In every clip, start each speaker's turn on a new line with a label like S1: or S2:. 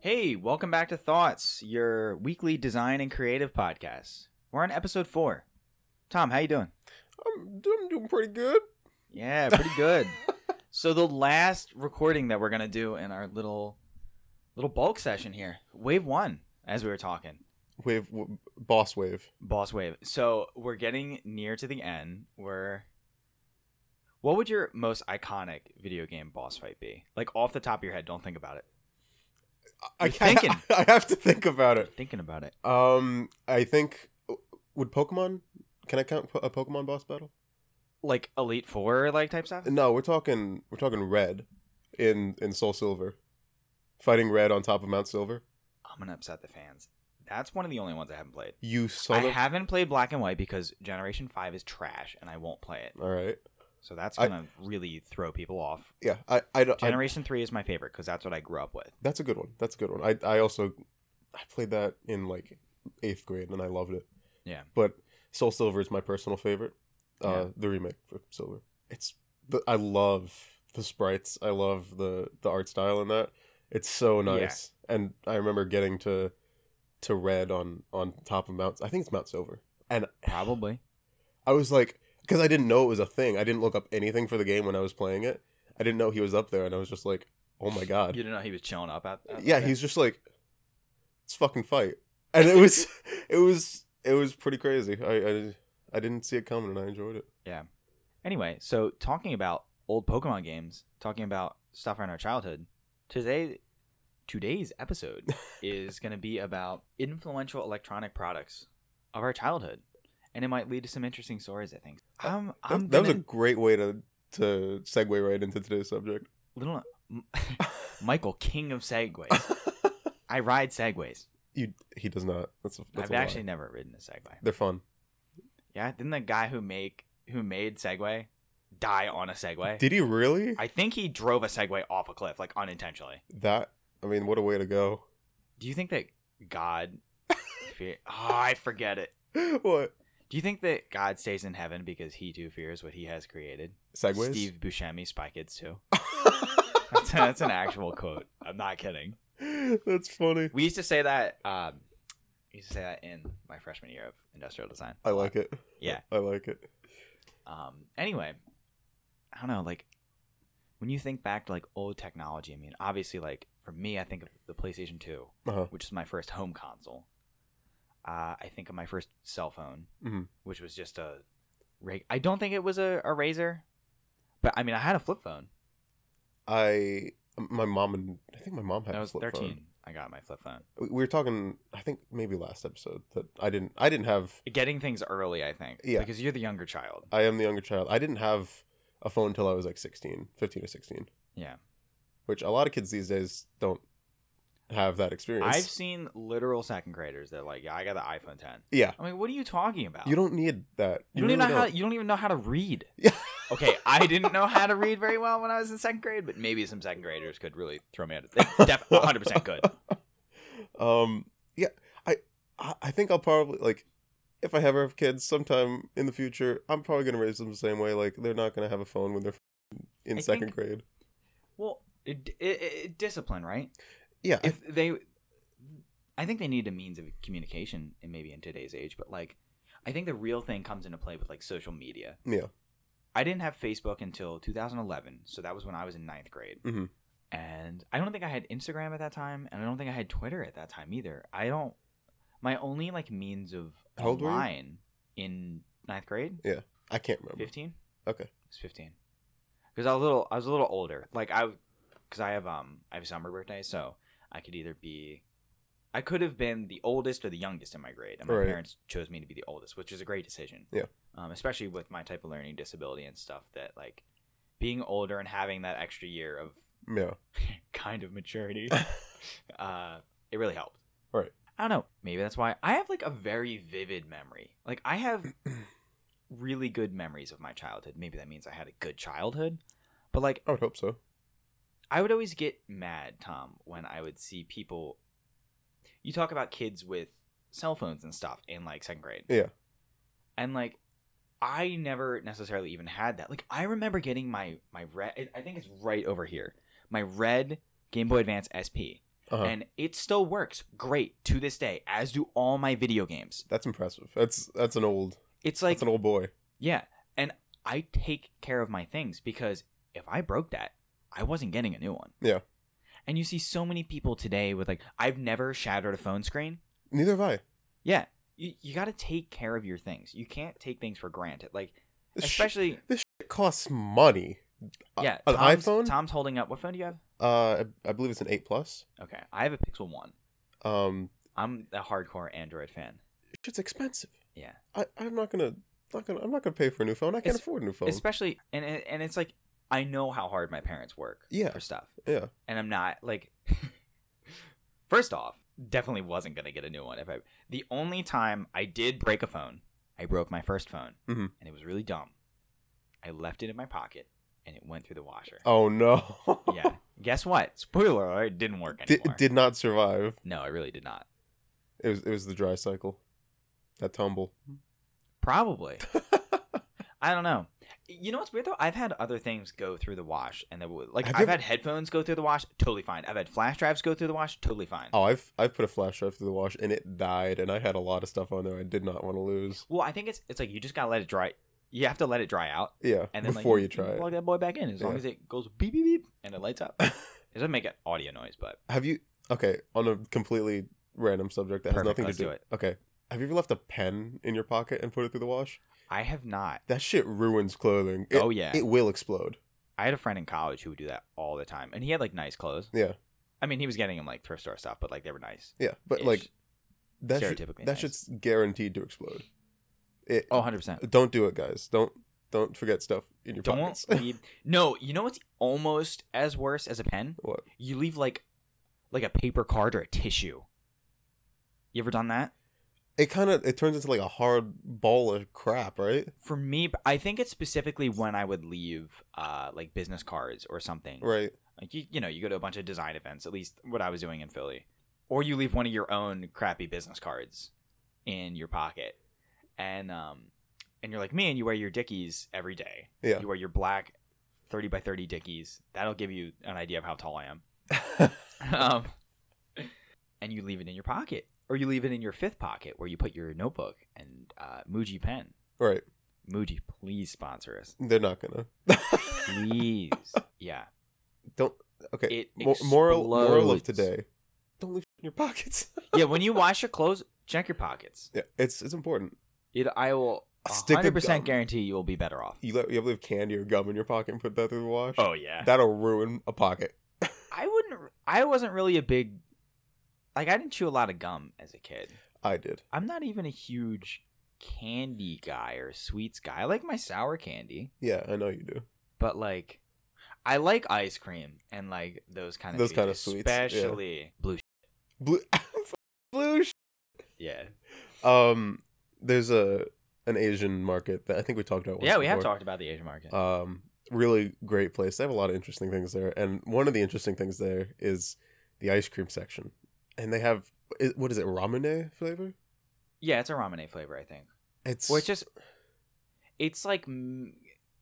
S1: Hey, welcome back to Thoughts, your weekly design and creative podcast. We're on episode four. Tom, how you doing?
S2: I'm, I'm doing pretty good.
S1: Yeah, pretty good. so the last recording that we're gonna do in our little little bulk session here, wave one, as we were talking,
S2: Wave, w- boss wave.
S1: boss wave. So we're getting near to the end. We're what would your most iconic video game boss fight be? Like off the top of your head, don't think about it.
S2: I
S1: You're
S2: can't-
S1: thinking.
S2: I have to think about it.
S1: Thinking about it.
S2: Um, I think would Pokemon. Can I count po- a Pokemon boss battle?
S1: Like Elite Four like type stuff?
S2: No, we're talking we're talking Red, in in Soul Silver, fighting Red on top of Mount Silver.
S1: I'm gonna upset the fans. That's one of the only ones I haven't played.
S2: You son
S1: I
S2: of.
S1: haven't played Black and White because Generation Five is trash, and I won't play it.
S2: All right.
S1: So that's
S2: I-
S1: gonna really throw people off.
S2: Yeah. I I, don't- I
S1: Generation Three is my favorite because that's what I grew up with.
S2: that's a good one. That's a good one. I I also I played that in like eighth grade and I loved it.
S1: Yeah.
S2: But Soul Silver is my personal favorite. Uh,
S1: Yeah.
S2: the remake for Silver. It's the, I love the sprites. I love the the art style in that. It's so
S1: Yeah.
S2: nice. And I remember getting to to red on on top of Mount. I think it's Mount Silver. And
S1: Probably.
S2: I was like, because I didn't know it was a thing. I didn't look up anything for the game when I was playing it. I didn't know he was up there, and I was just like, oh my god.
S1: You didn't know he was chilling up at. at
S2: yeah,
S1: that?
S2: he's just like, let's fucking fight, and it was, it was, it was pretty crazy. I, I, I didn't see it coming, and I enjoyed it.
S1: Anyway, so talking about old Pokemon games, talking about stuff around our childhood. Today, today's episode is gonna be about influential electronic products of our childhood, and it might lead to some interesting stories. I think. I'm.
S2: That,
S1: I'm
S2: that was a
S1: gonna-
S2: great way to to segue right into today's subject.
S1: little M- Michael, king of segways. I ride segways.
S2: you, he does not. That's, a- that's
S1: I've actually never ridden a segway.
S2: They're fun.
S1: Yeah, didn't the guy who make who made segway die on a segway?
S2: Did he really?
S1: I think he drove a segway off a cliff, like unintentionally.
S2: that I mean, what a way to go.
S1: Do you think that God? fear- oh, I forget it.
S2: what
S1: Do you think that God stays in heaven because he too fears what he has created?
S2: segways?
S1: Steve Buscemi, Spy Kids too. That's, that's an actual quote. I'm not kidding.
S2: that's funny.
S1: We used to say that. Um, we used to say that in my freshman year of industrial design.
S2: I like it.
S1: Yeah.
S2: I like it.
S1: Um. Anyway, I don't know. Like, when you think back to like old technology, I mean, obviously, like for me, I think of the PlayStation Two,
S2: Uh-huh.
S1: which is my first home console. Uh, I think of my first cell phone,
S2: Mhm.
S1: which was just a. Rig- I don't think it was a, a razor, but I mean, I had a flip phone.
S2: I my mom and I think my mom had
S1: I
S2: a
S1: was
S2: flip
S1: thirteen.
S2: phone.
S1: I got my flip phone.
S2: we were talking i think maybe last episode that i didn't i didn't have
S1: Getting things early, I think.
S2: Yeah.
S1: Because you're the younger child.
S2: i am the younger child i didn't have a phone till i was like 16 15 or 16
S1: Yeah.
S2: which a lot of kids these days don't have that experience
S1: I've seen literal second graders that are like, yeah, I got the iPhone 10.
S2: yeah
S1: I mean, what are you talking about?
S2: you don't need that
S1: You don't even
S2: really
S1: know how you don't even know how to read.
S2: Yeah.
S1: okay, I didn't know how to read very well when I was in second grade, but maybe some second graders could really throw me out. Of, they def- 100% could.
S2: um yeah i i I think i'll probably like if i ever have kids sometime in the future i'm probably gonna raise them the same way like they're not gonna have a phone when they're f- in
S1: I think-
S2: second grade
S1: Well, it, it, it, discipline, right?
S2: yeah I-
S1: If they I think they need a means of communication and maybe in today's age, but like I think the real thing comes into play with like social media.
S2: yeah
S1: I didn't have Facebook until 2011, so that was when I was in ninth grade.
S2: Mhm.
S1: And I don't think I had Instagram at that time, and I don't think I had Twitter at that time either. I don't. My only like means of
S2: How old were you?
S1: online in ninth grade,
S2: i can't remember
S1: fifteen.
S2: Okay.
S1: it was fifteen. Because I was a little, I was a little older. Like I, because I have um, I have a summer birthday, so I could either be, I could have been the oldest or the youngest in my grade, and my
S2: Right.
S1: parents chose me to be the oldest, which is a great decision.
S2: Yeah.
S1: Um, especially with my type of learning disability and stuff that like being older and having that extra year of
S2: yeah
S1: kind of maturity, uh, it really helped.
S2: Right.
S1: I don't know. Maybe that's why I have like a very vivid memory. Like I have really good memories of my childhood. Maybe that means I had a good childhood. But like
S2: i would hope so
S1: I would always get mad, Tom, when I would see people. You talk about kids with cell phones and stuff in like second grade.
S2: Yeah.
S1: And like, I never necessarily even had that. Like, I remember getting my my red. I think it's right over here. My red Game Boy Advance SP.
S2: Uh-huh.
S1: and it still works great to this day, as do all my video games.
S2: That's impressive. That's that's an old
S1: It's like
S2: that's an old boy.
S1: Yeah. And I take care of my things because if I broke that, I wasn't getting a new one.
S2: Yeah.
S1: And you see so many people today with like, I've never shattered a phone screen.
S2: Neither have I.
S1: Yeah. You, you got to take care of your things. You can't take things for granted. Like,
S2: This shit
S1: especially,
S2: costs money. A-
S1: yeah.
S2: an
S1: Tom's,
S2: iPhone.
S1: Tom's holding up. What phone do you have?
S2: Uh, I, I believe it's an eight plus.
S1: Okay. I have a Pixel 1.
S2: Um,
S1: I'm a hardcore Android fan.
S2: shit's expensive.
S1: Yeah.
S2: I I'm not gonna not gonna I'm not gonna pay for a new phone. I can't
S1: Es-
S2: afford a new phone.
S1: Especially, and, and and it's like, I know how hard my parents work
S2: Yeah.
S1: for stuff.
S2: yeah.
S1: and I'm not like first off, definitely wasn't gonna get a new one if I the only time I did break a phone, I broke my first phone
S2: Mhm.
S1: and it was really dumb. I left it in my pocket and it went through the washer.
S2: Oh no.
S1: yeah. Guess what? Spoiler alert, it didn't work
S2: Did,
S1: anymore.
S2: did not survive.
S1: no, it really did not.
S2: It was it was the dry cycle. That tumble.
S1: Probably. I don't know. You know what's weird though? I've had other things go through the wash, and they would, like
S2: Have
S1: I've
S2: you ever-
S1: had headphones go through the wash, totally fine. I've had flash drives go through the wash, totally fine.
S2: Oh, I've I've put a flash drive through the wash and it died, and I had a lot of stuff on there I did not want to lose.
S1: Well, I think it's it's like you just gotta let it dry. You have to let it dry out,
S2: Yeah,
S1: and then
S2: before
S1: like,
S2: you try it.
S1: plug that boy back in. As long
S2: Yeah.
S1: as it goes beep beep beep and it lights up, it doesn't make an audio noise, but
S2: Have you? Okay, on a completely random subject that
S1: Perfect,
S2: has nothing
S1: let's
S2: to do.
S1: do it.
S2: Okay, have you ever left a pen in your pocket and put it through the wash?
S1: I have not.
S2: That shit ruins clothing. It,
S1: oh yeah,
S2: it will explode.
S1: I had a friend in college who would do that all the time, and he had like nice clothes.
S2: Yeah.
S1: I mean he was getting them like thrift store stuff, but like they were nice.
S2: Yeah, but
S1: Ish.
S2: like that shit,
S1: stereotypically
S2: that
S1: nice.
S2: shit's guaranteed to explode. It,
S1: oh, 100 percent.
S2: don't do it, guys. Don't don't forget stuff in your
S1: Don't
S2: pockets.
S1: leave. No, you know what's almost as worse as a pen?
S2: What?
S1: You leave like like a paper card or a tissue. You ever done that?
S2: it kind of it turns into like a hard ball of crap, right?
S1: for me i think it's specifically when i would leave uh like business cards or something
S2: Right.
S1: like you, you know you go to a bunch of design events at least what i was doing in philly or you leave one of your own crappy business cards in your pocket and um and you're like me and you wear your dickies every day
S2: Yeah.
S1: you wear your black 30 by 30 dickies that'll give you an idea of how tall i am um, and you leave it in your pocket or you leave it in your fifth pocket where you put your notebook and uh, muji pen
S2: right.
S1: Muji, please sponsor us.
S2: They're not gonna.
S1: Please. yeah.
S2: don't. Okay.
S1: It
S2: Mo- moral moral of
S1: explodes.
S2: today. Don't leave shit in your pockets.
S1: Yeah, when you wash your clothes, check your pockets.
S2: yeah, it's it's important.
S1: It, I will
S2: A stick of
S1: 100%
S2: gum.
S1: guarantee you will be better off.
S2: You let you have to leave candy or gum in your pocket and put that through the wash.
S1: Oh, yeah.
S2: That'll ruin a pocket.
S1: I wouldn't, I wasn't really a big, like, I didn't chew a lot of gum as a kid.
S2: I did.
S1: I'm not even a huge candy guy or sweets guy. I like my sour candy,
S2: Yeah, I know you do.
S1: but, like, I like ice cream and, like, those kind of
S2: Those kind of sweets, yeah.
S1: Especially blue. sh-
S2: Blue blue
S1: Yeah.
S2: Um, there's a an Asian market that I think we talked about. once
S1: Yeah, we have
S2: before.
S1: talked about the Asian market.
S2: Um, really great place. They have a lot of interesting things there, and one of the interesting things there is the ice cream section, and they have i- what is it ramen flavor?
S1: yeah, it's a ramen flavor, I think.
S2: It's
S1: Well, it's just, it's like, mm,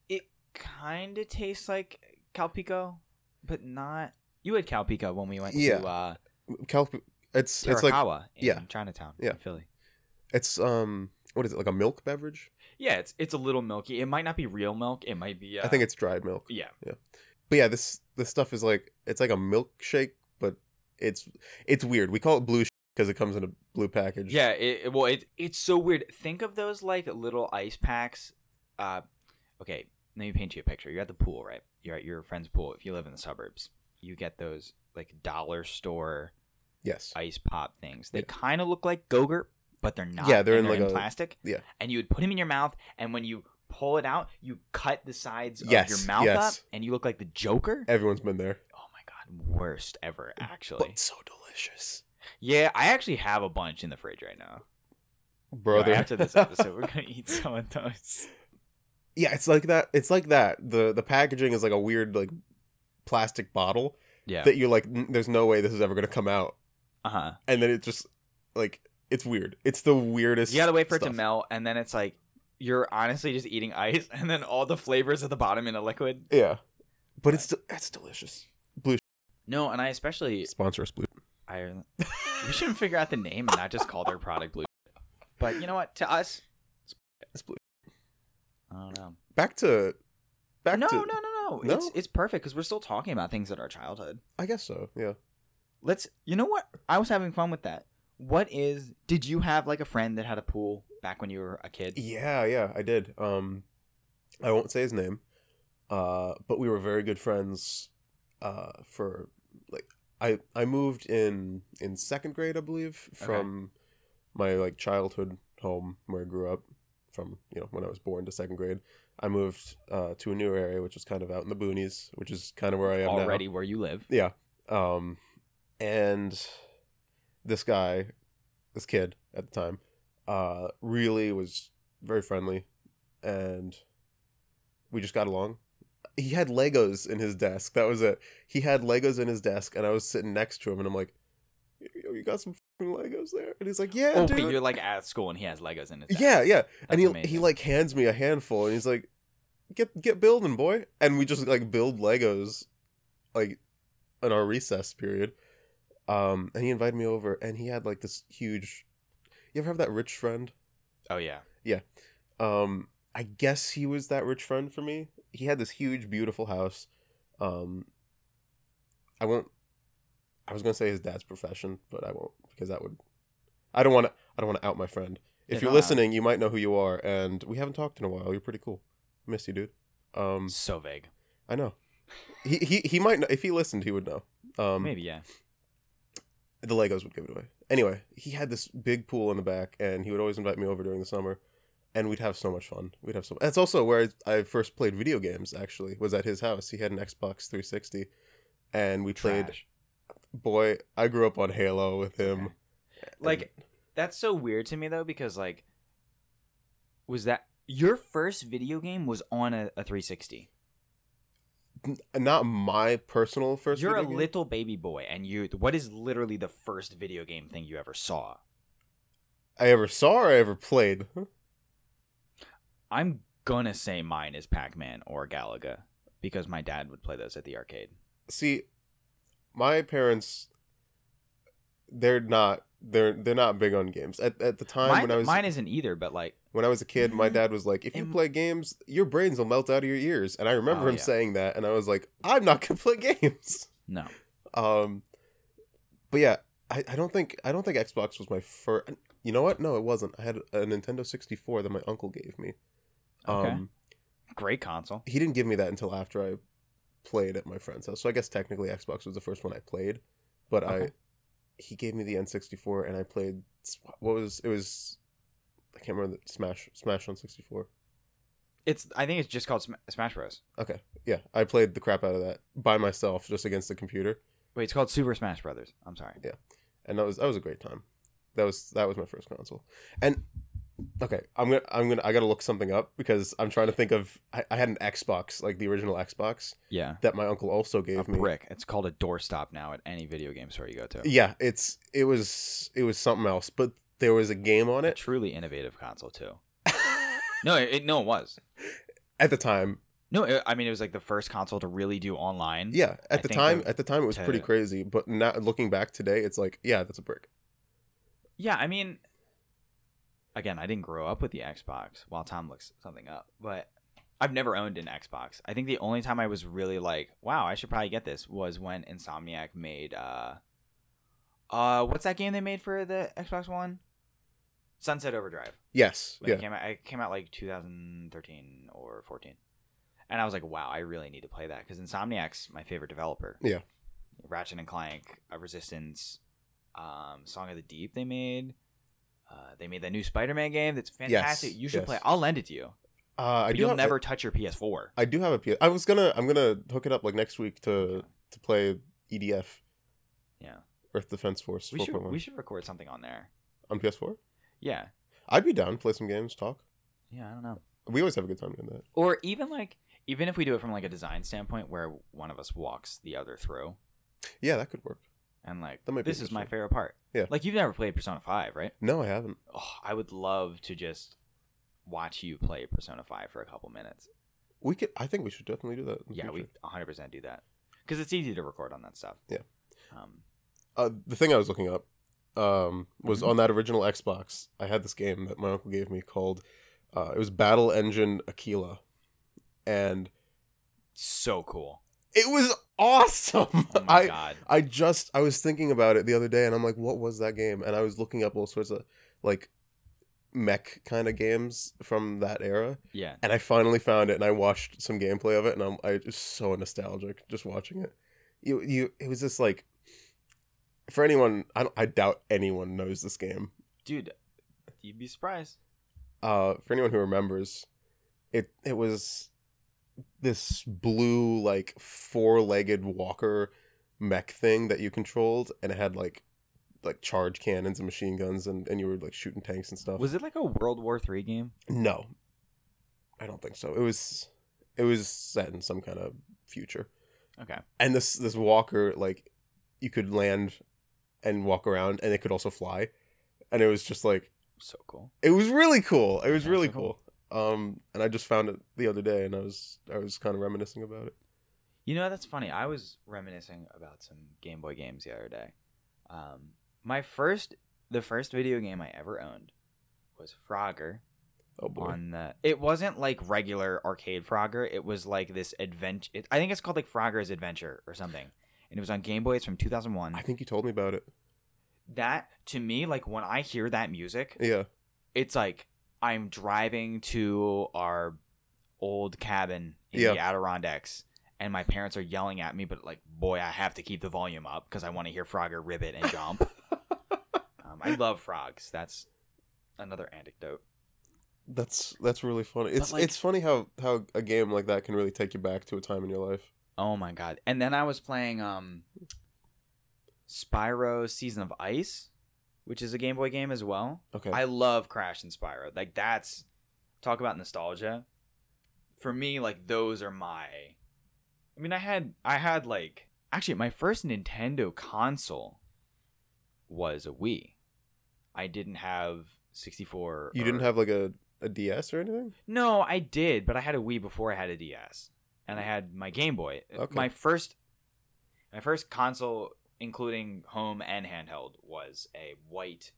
S1: it kind of tastes like Calpico, but not. You had Calpico when we went
S2: Yeah.
S1: to uh,
S2: Cal- it's it's like
S1: Terakawa in
S2: yeah.
S1: Chinatown,
S2: Yeah.
S1: in Philly.
S2: it's um what is it like a milk beverage?
S1: Yeah, it's it's a little milky. It might not be real milk. It might be. Uh,
S2: I think it's dried milk.
S1: yeah,
S2: But yeah, this this stuff is like it's like a milkshake, but it's it's weird. We call it blue because it comes in a blue package.
S1: yeah. It, it- well, it it's so weird. Think of those like little ice packs. Uh, okay, let me paint you a picture. You're at the pool, right? You're at your friend's pool. If you live in the suburbs, you get those like dollar store
S2: Yes.
S1: ice pop things. They
S2: Yeah.
S1: kind of look like Gogurt, but they're not.
S2: Yeah, they're
S1: and
S2: in like a-
S1: plastic.
S2: yeah.
S1: and you would put them in your mouth, and when you pull it out, you cut the sides
S2: Yes,
S1: of your mouth
S2: yes. Eh.
S1: up, and you look like the Joker.
S2: Everyone's been there.
S1: oh my god, worst ever, actually.
S2: But so delicious.
S1: yeah, I actually have a bunch in the fridge right now. Yo,
S2: Brother.
S1: after this episode, we're gonna eat some of those.
S2: yeah, it's like that. It's like that. The the packaging is like a weird like plastic bottle
S1: Yeah.
S2: that you're like "N- there's no way this is ever going to come out.
S1: Uh huh.
S2: And then it just like it's weird. It's the weirdest.
S1: You gotta wait for it to
S2: stuff.
S1: melt, and then it's like you're honestly just eating ice, and then all the flavors at the bottom in a liquid.
S2: Yeah. But it's de- it's delicious. Blue
S1: No, and I especially
S2: sponsor us blue.
S1: Ireland. we shouldn't figure out the name and not just call their product blue. Shit. But you know what? To us,
S2: It's blue.
S1: I don't know.
S2: Back to back
S1: no,
S2: to
S1: no, no, no,
S2: No?
S1: It's it's perfect because we're still talking about things in our childhood.
S2: I guess so. Yeah.
S1: Let's. You know what? I was having fun with that. What is? Did you have like a friend that had a pool back when you were a kid?
S2: Yeah, yeah, I did. Um I won't say his name. Uh but we were very good friends uh for like I I moved in in second grade, I believe, from my like childhood home where I grew up from, you know, when I was born to second grade. I moved uh to a new area which was kind of out in the boonies, which is kind of where I am now.
S1: Already where you live.
S2: Yeah. Um, and this guy, this kid at the time, uh, really was very friendly, and we just got along. He had Legos in his desk. That was it. He had Legos in his desk, and I was sitting next to him, and I'm like, "Yo, you got some f***ing Legos there?" And he's like, "Yeah,
S1: oh,
S2: dude."
S1: but you're like at school and he has Legos in his. desk.
S2: Yeah, yeah. and
S1: That's
S2: he he
S1: amazing.
S2: like hands me a handful and he's like, "Get get building, boy." And we just like build Legos like in our recess period. Um and he invited me over and he had like this huge You ever have that rich friend?
S1: Oh yeah.
S2: Um I guess he was that rich friend for me. He had this huge beautiful house. Um I won't I was going to say his dad's profession, but I won't because that would I don't want to I don't want to out my friend. If
S1: Yeah,
S2: you're
S1: no,
S2: listening, you might know who you are, and we haven't talked in a while. You're pretty cool. Miss you, dude. Um,
S1: So vague.
S2: I know. He he he might know, if he listened, he would know. Um,
S1: Maybe yeah.
S2: the Legos would give it away. Anyway, he had this big pool in the back, and he would always invite me over during the summer, and we'd have so much fun. We'd have so. That's also where I, I first played video games. Actually, was at his house. He had an Xbox 360, and we played.
S1: Trash.
S2: Boy, I grew up on Halo with him.
S1: Okay. Like that's so weird to me though because like was that your first video game was on a, a 360
S2: N- not my personal first.
S1: you're a
S2: video game.
S1: little baby boy and you what is literally the first video game thing you ever saw
S2: I ever saw or I ever played.
S1: i'm gonna say mine is pac-man or galaga because my dad would play those at the arcade
S2: see my parents they're not they're they're not big on games at, at the time
S1: mine,
S2: when i was
S1: mine isn't either but like
S2: when i was a kid my dad was like if you
S1: Am-
S2: play games your brains will melt out of your ears and i remember
S1: Oh,
S2: him
S1: yeah.
S2: saying that and i was like i'm not gonna play games
S1: no
S2: um but yeah i, I don't think i don't think xbox was my first you know what no it wasn't i had a nintendo 64 that my uncle gave me
S1: Okay.
S2: um
S1: great console
S2: he didn't give me that until after I played at my friend's house. So I guess technically Xbox was the first one I played, but I
S1: Okay.
S2: he gave me the N64 and I played s- what was it was I can't remember the Smash Smash on 64.
S1: it's i think it's just called Sm- smash bros
S2: Okay. Yeah, I played the crap out of that by myself just against the computer
S1: wait it's called super smash brothers i'm sorry
S2: and that was that was a great time. That was that was my first console. And okay, I'm going to I'm going to I got to look something up because I'm trying to think of I, I had an Xbox, like the original Xbox
S1: yeah
S2: that my uncle also
S1: a
S2: gave me.
S1: brick it's called a doorstop now at any video game store you go to
S2: yeah it's it was it was something else but there was a game on
S1: a
S2: it
S1: truly innovative console too. no, it, it- no, it was.
S2: at the time
S1: No, it, I mean it was like the first console to really do online.
S2: yeah at
S1: I
S2: the
S1: think
S2: time
S1: of
S2: at the time it was pretty
S1: to-
S2: crazy but now looking back today it's like yeah that's a brick
S1: yeah. I mean, again, I didn't grow up with the Xbox. While Tom looks something up, but I've never owned an Xbox. I think the only time I was really like, "Wow, I should probably get this," was when Insomniac made uh, uh, what's that game they made for the Xbox One? Sunset Overdrive.
S2: yes
S1: When
S2: yeah
S1: it came out, it came out like 2013 or 14. And I was like, wow, I really need to play that because Insomniac's my favorite developer.
S2: Yeah.
S1: Ratchet and Clank, uh, Resistance, um, Song of the Deep they made. Uh, they made that new Spider-Man game that's fantastic. you should
S2: yes.
S1: play. I'll lend it to you.
S2: uh, i
S1: But
S2: do
S1: you'll
S2: have
S1: never touch your PS4.
S2: I do have a PS. I was gonna i'm gonna hook it up like next week to to play edf
S1: Yeah.
S2: earth defense force
S1: We should
S2: 4.1
S1: we should record something on there.
S2: on ps4
S1: Yeah.
S2: i'd be down play some games talk
S1: Yeah, I don't know.
S2: we always have a good time doing that
S1: Or even like even if we do it from like a design standpoint where one of us walks the other through
S2: yeah that could work
S1: and like
S2: That might be
S1: this is my
S2: interesting.
S1: favorite part.
S2: Yeah.
S1: Like you've never played Persona 5, right?
S2: no i haven't
S1: oh, I would love to just watch you play Persona 5 for a couple minutes.
S2: we could i think we should definitely do that in the
S1: Yeah, we
S2: future.
S1: 100% do that. Because it's easy to record on that stuff.
S2: Yeah.
S1: Um,
S2: uh, the thing I was looking up um, was
S1: Mm-hmm.
S2: on that original Xbox. I had this game that my uncle gave me called uh, it was Battle Engine Aquila, and
S1: So cool.
S2: it was awesome.
S1: Oh my
S2: I
S1: god.
S2: I just I was thinking about it the other day, and I'm like, what was that game? And I was looking up all sorts of like mech kind of games from that era,
S1: Yeah.
S2: and I finally found it, and I watched some gameplay of it, and I'm I just so nostalgic just watching it. You you it was just like for anyone I don't, I doubt anyone knows this game.
S1: Dude, you'd be surprised.
S2: Uh, for anyone who remembers, it it was this blue like four legged walker mech thing that you controlled, and it had like like charge cannons and machine guns, and and you were like shooting tanks and stuff.
S1: Was it like a World War Three game?
S2: No, I don't think so. It was it was set in some kind of future,
S1: Okay.
S2: and this this walker like you could land and walk around, and it could also fly, and it was just like
S1: So cool.
S2: it was really cool. It was
S1: That's
S2: really
S1: so cool.
S2: cool. Um, and I just found it the other day, and I was I was kind of reminiscing about it.
S1: You know, that's funny. I was reminiscing about some Game Boy games the other day. Um, my first, the first video game I ever owned was Frogger
S2: Oh boy,
S1: on the. It wasn't like regular arcade Frogger. It was like this adventure. It, I think it's called like Frogger's Adventure or something. And it was on Game Boy. It's from 2001.
S2: I think you told me about it.
S1: that to me, like when I hear that music,
S2: Yeah,
S1: it's like I'm driving to our old cabin in the Adirondacks, and my parents are yelling at me, but like, boy, I have to keep the volume up because I want to hear Frogger ribbit and jump. um, I love frogs. That's another anecdote.
S2: that's that's really funny. It's
S1: like-
S2: it's funny how how a game like that can really take you back to a time in your life.
S1: Oh my god! And then I was playing um, Spyro Season of Ice, which is a Game Boy game as well.
S2: Okay,
S1: I love Crash and Spyro. Like that's talk about nostalgia. For me, like those are my. I mean, I had I had like actually my first Nintendo console was a Wii. I didn't have 64.
S2: you
S1: or-
S2: didn't have like a a DS or anything.
S1: No, I did, but I had a Wii before I had a DS, and I had my Game Boy.
S2: Okay.
S1: My first, my first console, including home and handheld, was a white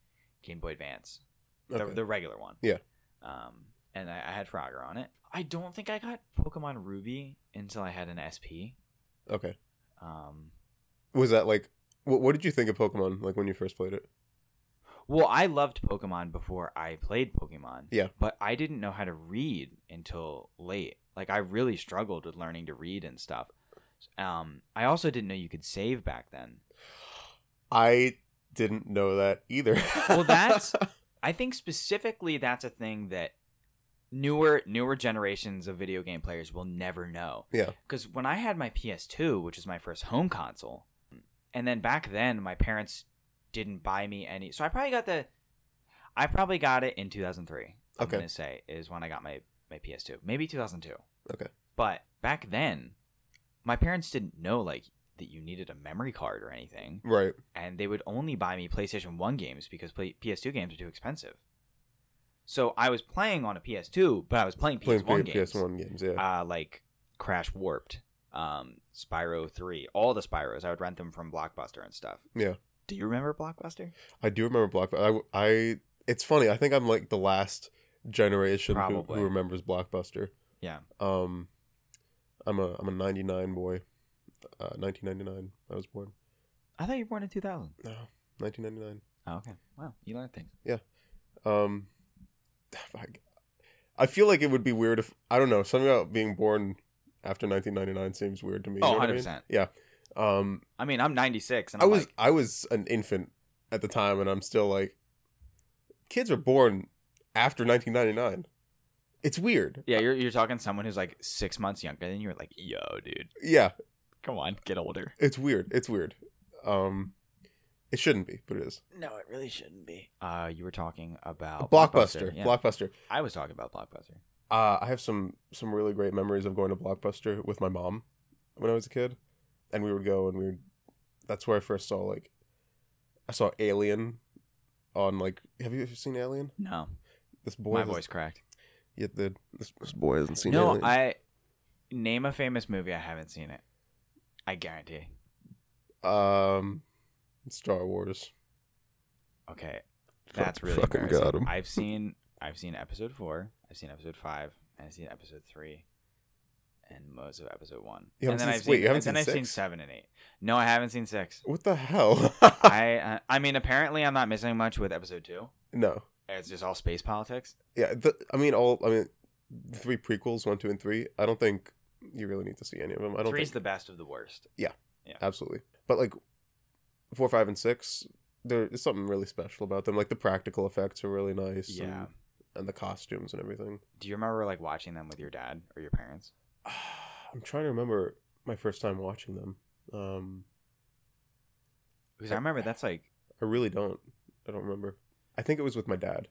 S1: Game Boy Advance the,
S2: Okay.
S1: the regular one.
S2: Yeah.
S1: Um, and I, I had Frogger on it. I don't think I got Pokemon Ruby until I had an SP.
S2: okay.
S1: Um,
S2: Was that like what, what did you think of Pokemon like when you first played it?
S1: well, I loved Pokemon before I played Pokemon.
S2: Yeah.
S1: But I didn't know how to read until late. Like I really struggled with learning to read and stuff. Um, I also didn't know you could save back then.
S2: I didn't know that either.
S1: Well, that's- I think specifically that's a thing that newer newer generations of video game players will never know.
S2: Yeah.
S1: Because when I had my PS2, which was my first home console, and then back then my parents didn't buy me any, so I probably got the, I probably got it in 2003. I'm
S2: Okay.
S1: gonna say is when I got my my PS2, maybe 2002.
S2: Okay.
S1: But back then, my parents didn't know like that you needed a memory card or anything
S2: right.
S1: and they would only buy me PlayStation 1 games because play- PS2 games are too expensive. So I was playing on a PS2, but I was playing
S2: Playing
S1: PS1
S2: P-
S1: games.
S2: PS1 games, yeah.
S1: Uh, like Crash Warped, um, Spyro 3, all the Spyros. I would rent them from Blockbuster and stuff.
S2: Yeah.
S1: Do you remember Blockbuster?
S2: I do remember Blockbuster. I, I it's funny. I think I'm like the last generation who,
S1: Probably.
S2: who remembers Blockbuster.
S1: Yeah.
S2: Um I'm a I'm a 99 boy. Uh 1999 I was born.
S1: I thought you were born in 2000.
S2: No, 1999.
S1: Oh, okay. Wow. You learned things.
S2: Um, fuck. I feel like it would be weird if I don't know something about being born after 1999 seems weird to me. you
S1: Oh,
S2: know what I mean?
S1: 100%.
S2: Yeah. Um,
S1: I mean, I'm 96, and
S2: I
S1: I'm
S2: was
S1: like,
S2: I was an infant at the time, and I'm still like, kids are born after 1999. It's weird.
S1: yeah, you're, you're talking to someone who's like six months younger than you. You're like, yo, dude,
S2: Yeah,
S1: come on, get older.
S2: it's weird. It's weird. Um, it shouldn't be, but it is.
S1: No, it really shouldn't be. Uh, you were talking about
S2: Blockbuster.
S1: Oh, yeah.
S2: Blockbuster.
S1: I was talking about Blockbuster.
S2: Uh, I have some some really great memories of going to Blockbuster with my mom when I was a kid, and we would go and we would. That's where I first saw like, I saw Alien, on like. Have you ever seen Alien?
S1: No,
S2: This boy.
S1: my
S2: has-
S1: voice cracked.
S2: Yeah, the, this, this boy hasn't seen.
S1: No,
S2: Alien.
S1: I name a famous movie. I haven't seen it. I guarantee.
S2: Um, Star Wars.
S1: Okay,
S2: Fuck-
S1: that's really
S2: fucking
S1: embarrassing.
S2: got 'em.
S1: I've seen I've seen episode four, I've seen episode five, and I've seen episode three, and most of episode one.
S2: You haven't
S1: and then
S2: seen-
S1: I've
S2: wait,
S1: seen,
S2: you haven't
S1: and then
S2: seen
S1: I've seen
S2: six?
S1: seven and eight. No, I haven't seen six.
S2: What the hell?
S1: I uh, I mean, apparently I'm not missing much with episode two.
S2: no.
S1: It's just all space politics.
S2: Yeah, the, I mean all I mean the three prequels, 1, 2 and 3. I don't think you really need to see any of them. I don't
S1: Three's
S2: think
S1: the best of the worst.
S2: absolutely. But like 4, 5 and 6, there is something really special about them. Like the practical effects are really nice
S1: Yeah.
S2: and, and the costumes and everything.
S1: Do you remember like watching them with your dad or your parents?
S2: I'm trying to remember my first time watching them. Um
S1: Because I remember that's like
S2: I really don't. I don't remember. I think it was with my dad.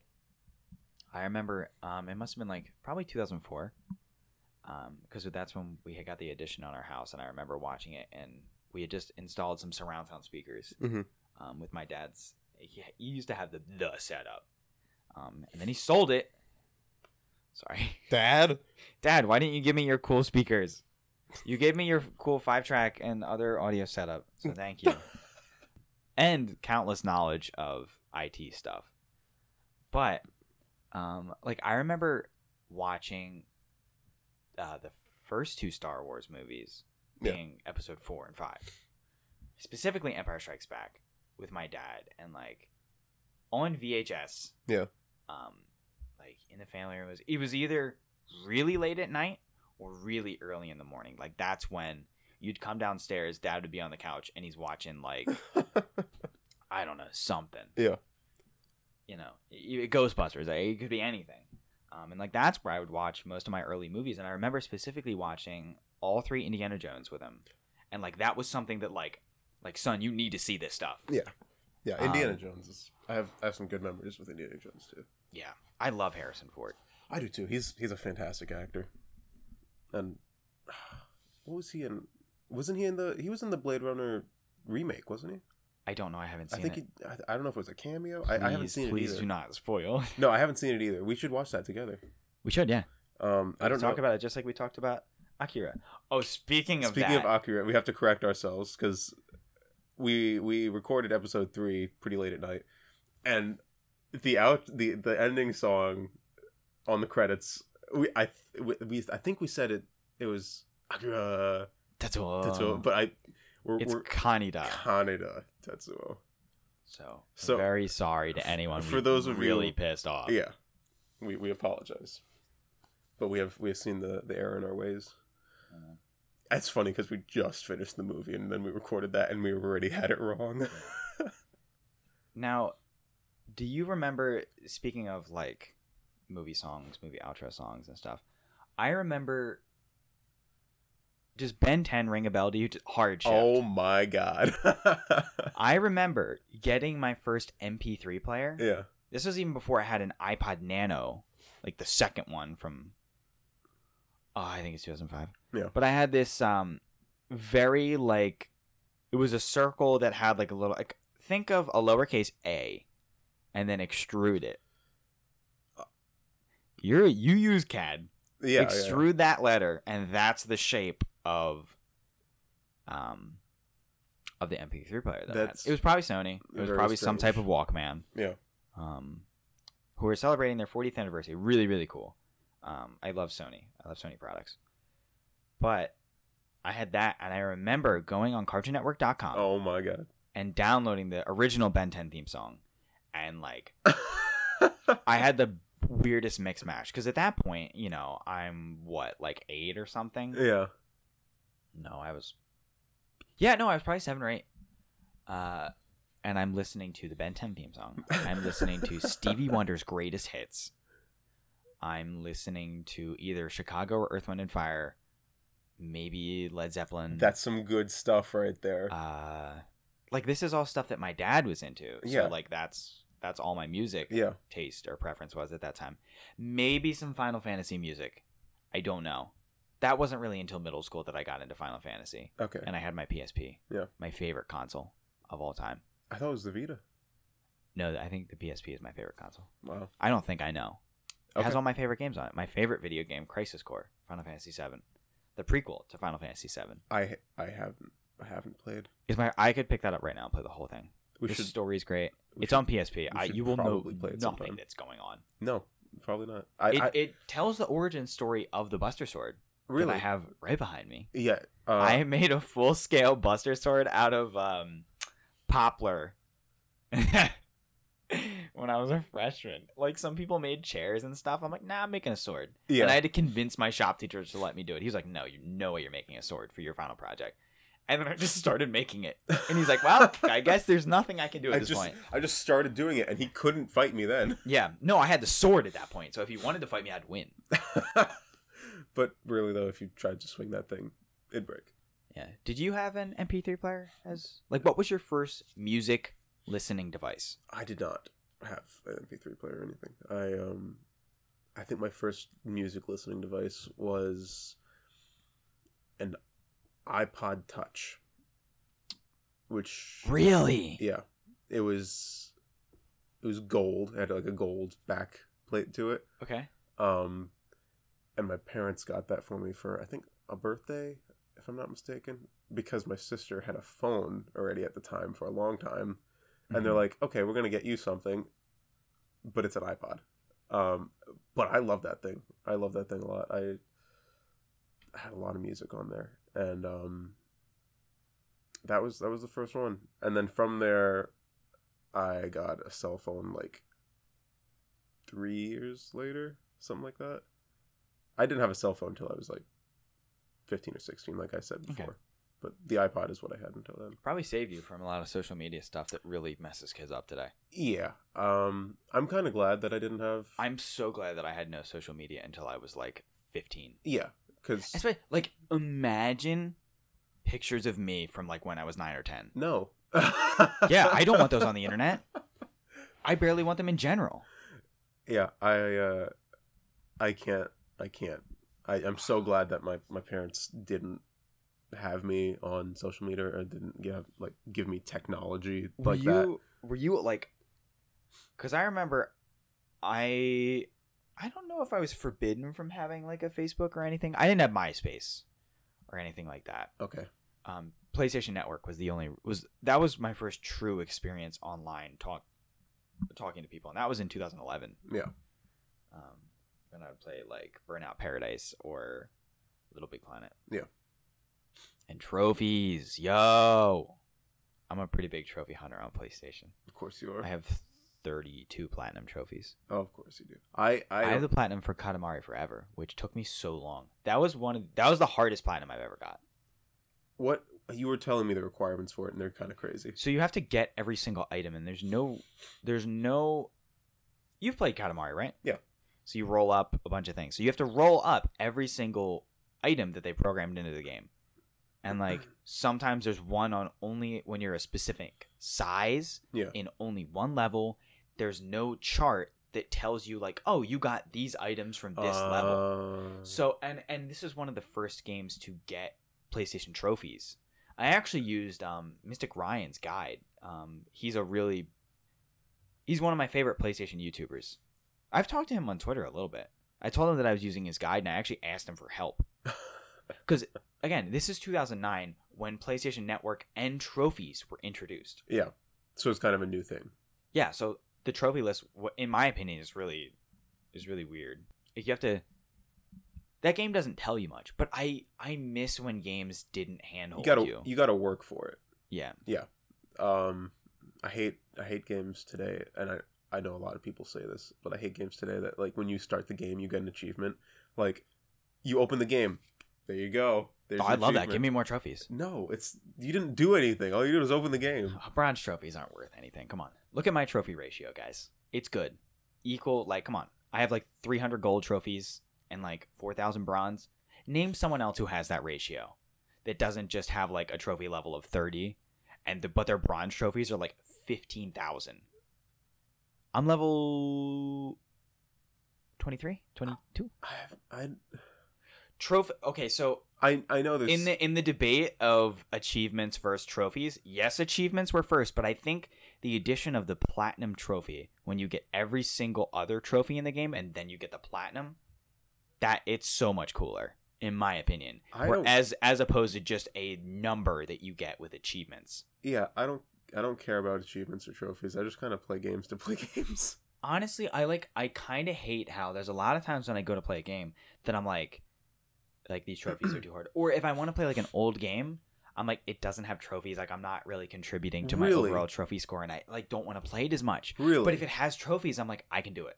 S1: I remember um, it must have been like probably 2004 because um, that's when we had got the addition on our house and I remember watching it and we had just installed some surround sound speakers
S2: Mhm.
S1: um, with my dad's he, he used to have the the setup um, and then he sold it sorry
S2: Dad?
S1: dad why didn't you give me your cool speakers you gave me your cool five track and other audio setup so thank you and countless knowledge of IT stuff. But um, like I remember watching uh, the first two Star Wars movies,
S2: Yeah.
S1: being Episode four and five, specifically Empire Strikes Back, with my dad and like on VHS.
S2: Yeah.
S1: Um, like in the family room it was it was either really late at night or really early in the morning. Like that's when you'd come downstairs, dad would be on the couch, and he's watching like I don't know, something.
S2: Yeah.
S1: You know, y- y- Ghostbusters. Like, it could be anything. Um, and like that's where I would watch most of my early movies, and I remember specifically watching all three Indiana Jones with him, and like that was something that like, like son, you need to see this stuff.
S2: Yeah. Yeah, Indiana
S1: Um,
S2: Jones is I have I have some good memories with Indiana Jones too.
S1: Yeah, I love Harrison Ford.
S2: I do too. He's he's a fantastic actor. And what was he in? Wasn't he in the? He was in the Blade Runner remake, wasn't he?
S1: I don't know, I haven't seen
S2: I think
S1: it.
S2: he. I, I don't know if it was a cameo. I, I haven't
S1: Please-
S2: seen
S1: Please
S2: it either.
S1: do not spoil.
S2: No, I haven't seen it either. We should watch that together.
S1: We should, yeah.
S2: Um, I
S1: We
S2: don't
S1: talk
S2: know.
S1: about it just like we talked about Akira. Oh, speaking of
S2: Speaking
S1: that,
S2: of uh, Akira, we have to correct ourselves because we we recorded episode three pretty late at night, and the out the the ending song on the credits. We I we, we I think we said it. It was Akira.
S1: Tetsuo.
S2: Tetsuo, but I we're,
S1: Um, it's
S2: we're
S1: Kaneda.
S2: Kaneda Tetsuo.
S1: So,
S2: So-
S1: very sorry to
S2: f-
S1: anyone
S2: for
S1: we
S2: those of
S1: really
S2: you-
S1: pissed off.
S2: Yeah, we we apologize, but we have we have seen the the error in our ways.
S1: Mhm.
S2: That's funny because we just finished the movie and then we recorded that and we already had it wrong.
S1: Now, do you remember speaking of like movie songs, movie outro songs and stuff? I remember does Ben 10 ring a bell to you? Just hard shift.
S2: oh my god.
S1: I remember getting my first MP3 player.
S2: yeah.
S1: This was even before I had an iPod Nano, like the second one from oh, I think it's 2005.
S2: Yeah.
S1: But I had this um very like it was a circle that had like a little like think of a lowercase a and then extrude it. You're you use CAD.
S2: Yeah. yeah.
S1: extrude that letter and that's the shape of um of the MP3 player that I had.
S2: That's
S1: it was probably Sony. It was
S2: very
S1: probably some
S2: strange.
S1: type of Walkman
S2: Yeah.
S1: um, who are celebrating their 40th anniversary. Really, really cool. Um, I love Sony. I love Sony products. But I had that, and I remember going on CartoonNetwork.com
S2: Oh my god.
S1: and downloading the original Ben 10 theme song, and like I had the weirdest mix match because at that point, you know, I'm what like eight or something.
S2: yeah.
S1: No, I was. Yeah, no, I was probably seven or eight. Uh, and I'm listening to the Ben 10 theme song. I'm listening to Stevie Wonder's greatest hits. I'm listening to either Chicago or Earth, Wind, and Fire, maybe Led Zeppelin.
S2: That's some good stuff right there.
S1: uh, like this is all stuff that my dad was into. So
S2: Yeah.
S1: like that's that's all my music
S2: yeah.
S1: taste or preference was at that time. Maybe some Final Fantasy music. I don't know. That wasn't really until middle school that I got into Final Fantasy
S2: Okay.
S1: and I had my PSP.
S2: Yeah.
S1: My favorite console of all time.
S2: I thought it was the Vita.
S1: No, I think the PSP is my favorite console.
S2: Wow.
S1: I don't think I know. It
S2: Okay.
S1: has all my favorite games on it. My favorite video game, Crisis Core, Final Fantasy VII, the prequel to Final Fantasy VII.
S2: I I haven't I haven't played.
S1: Is my I could pick that up right now and play the whole thing.
S2: We
S1: this
S2: should
S1: story's great.
S2: we
S1: It's
S2: should-
S1: on PSP.
S2: we
S1: I,
S2: should
S1: you will know
S2: probably play it
S1: nothing
S2: sometime.
S1: that's going on.
S2: No, probably not. I,
S1: it,
S2: I
S1: it tells the origin story of the Buster Sword
S2: really
S1: that I have right behind me.
S2: Yeah. Uh,
S1: I made a full scale Buster Sword out of um, poplar when I was a freshman. Like some people made chairs and stuff. I'm like, nah, I'm making a sword.
S2: yeah.
S1: And I had to convince my shop teacher to let me do it. He was like, no, you no way you're making a sword for your final project. And then I just started making it. And he's like, well, I guess there's nothing I can do at
S2: I
S1: this
S2: just
S1: point.
S2: I just started doing it, and he couldn't fight me then.
S1: Yeah. No, I had the sword at that point. So if he wanted to fight me, I'd win.
S2: but really, though, if you tried to swing that thing, it'd break.
S1: Yeah. Did you have an MP3 player as like what was your first music listening device?
S2: I did not have an MP3 player or anything. I um, I think my first music listening device was an iPod Touch, which
S1: Really?
S2: yeah, it was it was gold. It had like a gold back plate to it.
S1: Okay.
S2: Um, and my parents got that for me for I think a birthday, if I'm not mistaken, because my sister had a phone already at the time for a long time, and
S1: Mm-hmm.
S2: they're like, okay, we're gonna get you something, but it's an iPod. Um, but I love that thing. I love that thing a lot. I had a lot of music on there, and um, that was that was the first one. And then from there, I got a cell phone like three years later, something like that. I didn't have a cell phone until I was like fifteen or sixteen, like I said
S1: Okay.
S2: before. But the iPod is what I had until then.
S1: probably save you from a lot of social media stuff that really messes kids up today.
S2: Yeah. Um I'm kind of glad that I didn't have
S1: I'm so glad that I had no social media until I was like 15.
S2: yeah, cuz
S1: Especially like imagine pictures of me from like when I was 9 or 10.
S2: no.
S1: Yeah, I don't want those on the internet. I barely want them in general.
S2: Yeah, I uh I can't I can't. I I'm so glad that my my parents didn't have me on social media or didn't give like give me technology
S1: were
S2: like
S1: you
S2: that.
S1: were you like because i remember i i don't know if i was forbidden from having like a facebook or anything i didn't have myspace or anything like that
S2: Okay.
S1: um playstation network was the only was that was my first true experience online talk talking to people and that was in 2011
S2: Yeah.
S1: um and i would play like burnout paradise or little big planet
S2: Yeah.
S1: and trophies yo i'm a pretty big trophy hunter on playstation
S2: Of course you are.
S1: I have 32 platinum trophies.
S2: oh, of course you do. I I,
S1: I, have the platinum for Katamari Forever, which took me so long. That was one of that was the hardest platinum I've ever got.
S2: what you were telling me the requirements for it and they're kind of crazy.
S1: So you have to get every single item and there's no there's no You've played Katamari, right?
S2: Yeah.
S1: So you roll up a bunch of things. So you have to roll up every single item that they programmed into the game. And like sometimes there's one on only when you're a specific size
S2: Yeah.
S1: in only one level. There's no chart that tells you like, oh, you got these items from this level.
S2: Uh,
S1: So and and this is one of the first games to get PlayStation trophies. I actually used um, Mystic Ryan's guide. Um, he's a really he's one of my favorite PlayStation YouTubers. I've talked to him on Twitter a little bit. I told him that I was using his guide and I actually asked him for help. Cuz again, this is 2009 when PlayStation Network and trophies were introduced.
S2: yeah. So it's kind of a new thing.
S1: yeah so the trophy list wh- in my opinion is really is really weird Like, you have to that game doesn't tell you much but i i miss when games didn't
S2: You
S1: handhold you,
S2: gotta you. gotta work for
S1: yeah
S2: it. Um, I hate I hate games today, and I I know a lot of people say this, but I hate games today that like when you start the game you get an achievement. Like you open the game, there you go. There's
S1: oh,
S2: your
S1: i love that give
S2: achievement.
S1: me more trophies
S2: No, it's you didn't do anything. All you did was open the game.
S1: Uh, bronze trophies aren't worth anything come on look at my trophy ratio guys it's good equal like come on i have like 300 gold trophies and like 4000 bronze name someone else who has that ratio that doesn't just have like a trophy level of 30 and the, but their bronze trophies are like 15,000. I'm level 23, 22.
S2: I have,
S1: Trophy Okay, so
S2: I I I know there's
S1: in the in the debate of achievements versus trophies, yes, achievements were first, but I think the addition of the platinum trophy when you get every single other trophy in the game and then you get the platinum, that it's so much cooler in my opinion.
S2: I
S1: Where-
S2: don't-
S1: as as opposed to just a number that you get with achievements.
S2: yeah I don't I don't care about achievements or trophies. I just kind of play games to play games.
S1: honestly i like i kind of hate how there's a lot of times when i go to play a game that i'm like like these trophies are too hard or if i want to play like an old game i'm like it doesn't have trophies like i'm not really contributing to my
S2: Really?
S1: overall trophy score and i like don't want to play it as much
S2: Really?
S1: but if it has trophies i'm like i can do it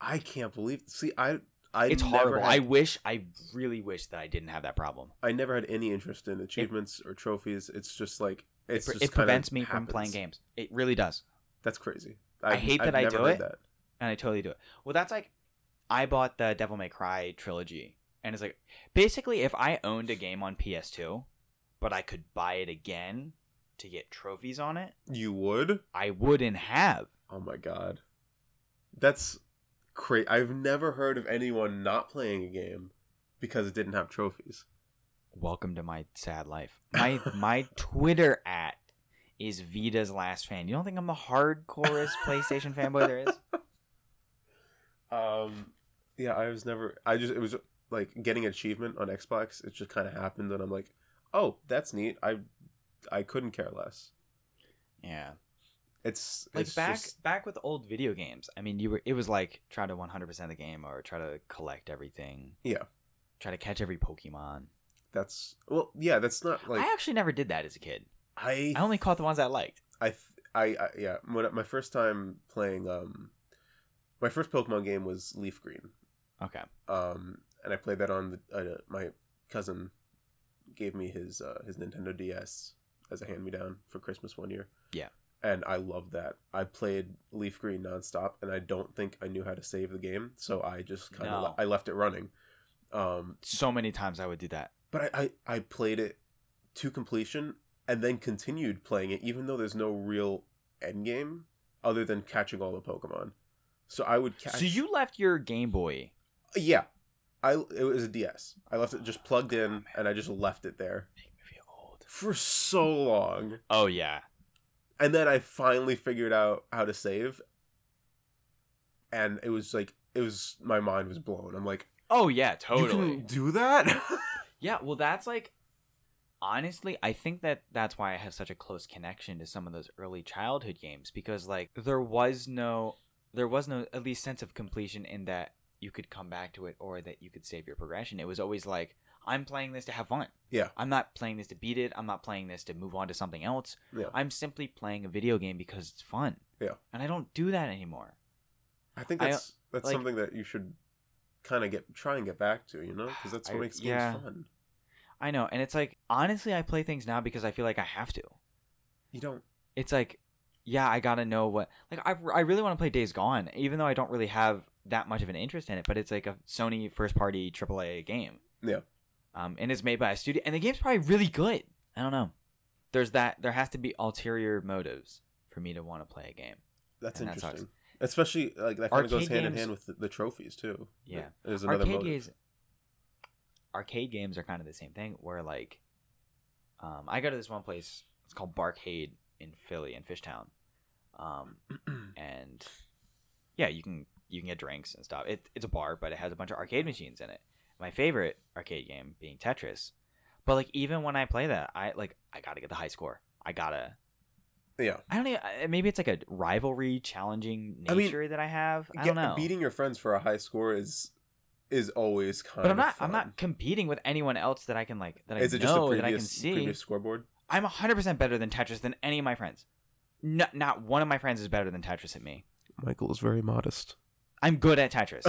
S2: I can't believe. See, I I
S1: it's
S2: never
S1: horrible i
S2: Had,
S1: wish i really wish that i didn't have that problem
S2: I never had any interest in achievements or trophies. It's just like it's
S1: It pre-
S2: just
S1: it
S2: kinda
S1: prevents me from
S2: happens.
S1: playing games it really does
S2: That's crazy.
S1: I hate that I
S2: never
S1: do
S2: heard
S1: it. and I totally do it. Well, that's like I bought the Devil May Cry trilogy, and it's like basically if I owned a game on PS2, but I could buy it again to get trophies on it,
S2: that. You would?
S1: I wouldn't have.
S2: Oh my god, that's crazy. I've never heard of anyone not playing a game because it didn't have trophies.
S1: Welcome to my sad life. My my Twitter at is Vita's last fan. You don't think I'm the hardcorest PlayStation fanboy there is?
S2: Um, yeah, I was never. I just it was like getting achievement on Xbox. It just kind of happened, and I'm like, oh, that's neat. I I couldn't care less.
S1: Yeah.
S2: It's
S1: like
S2: it's
S1: back
S2: just-
S1: back with old video games. I mean, you were it was like try to 100% the game or try to collect everything.
S2: Yeah.
S1: Try to catch every Pokemon.
S2: that's well, yeah. That's not like
S1: I actually never did that as a kid.
S2: I
S1: I only caught the ones I liked.
S2: I th- I, I yeah. When my first time playing, um, my first Pokemon game was Leaf Green,
S1: Okay.
S2: um, and I played that on the, uh, my cousin gave me his uh, his Nintendo DS as a hand me down for Christmas one year.
S1: Yeah.
S2: and I loved that. I played Leaf Green nonstop, and I don't think I knew how to save the game, so I just kind of
S1: No.
S2: le- I left it running. Um,
S1: So many times I would do that.
S2: but I, I I played it to completion and then continued playing it, even though there's no real end game other than catching all the Pokemon. So I would catch.
S1: So you left your Game Boy.
S2: Yeah, I it was a DS. I left it just plugged in, and I just left it there
S1: Make me feel old.
S2: for so long,
S1: Oh yeah.
S2: and then I finally figured out how to save, and it was like it was my mind was blown. I'm like,
S1: Oh yeah,
S2: you can do that.
S1: Yeah, well that's like honestly, I think that that's why I have such a close connection to some of those early childhood games because like there was no there was no at least sense of completion in that you could come back to it or that you could save your progression. It was always like I'm playing this to have fun.
S2: Yeah.
S1: I'm not playing this to beat it. I'm not playing this to move on to something else.
S2: yeah,
S1: I'm simply playing a video game because it's fun.
S2: Yeah.
S1: And I don't do that anymore.
S2: I think
S1: I-
S2: that's that's
S1: like-
S2: something that you should kind of get try and get back to, you know, because that's what
S1: I-
S2: makes games
S1: yeah.
S2: fun.
S1: I know. And it's like, honestly, I play things now because I feel like I have to.
S2: You don't.
S1: It's like, yeah, I got to know what. Like, I, I really want to play Days Gone, even though I don't really have that much of an interest in it, but it's like a Sony first party AAA game.
S2: Yeah.
S1: Um, and it's made by a studio. And the game's probably really good. I don't know. There's that. There has to be ulterior motives for me to want to play a game.
S2: That's
S1: And that sucks.
S2: interesting. Especially like that kind of goes
S1: Arcade
S2: hand in
S1: games-
S2: hand with the, the trophies too.
S1: Yeah.
S2: there's another
S1: arcade
S2: motive.
S1: games arcade games are kind of the same thing where like um i go to this one place it's called barcade in philly in fishtown um and yeah you can you can get drinks and stuff it, it's a bar but it has a bunch of arcade machines in it my favorite arcade game being tetris but like even when i play that i like i gotta get the high score i gotta
S2: yeah,
S1: i don't even I- maybe it's like a rivalry challenging
S2: I mean,
S1: nature that i have i
S2: Get-
S1: don't know
S2: Beating your friends for a high score is is always kind.
S1: but I'm
S2: of
S1: not. I'm
S2: fun.
S1: not competing with anyone else that I can like that I
S2: Is it
S1: know
S2: just
S1: that I
S2: a
S1: can
S2: previous,
S1: see.
S2: previous scoreboard?
S1: I'm 100 percent better than Tetris than any of my friends. No, not one of my friends is better than Tetris at me.
S2: Michael is very modest.
S1: I'm good at Tetris.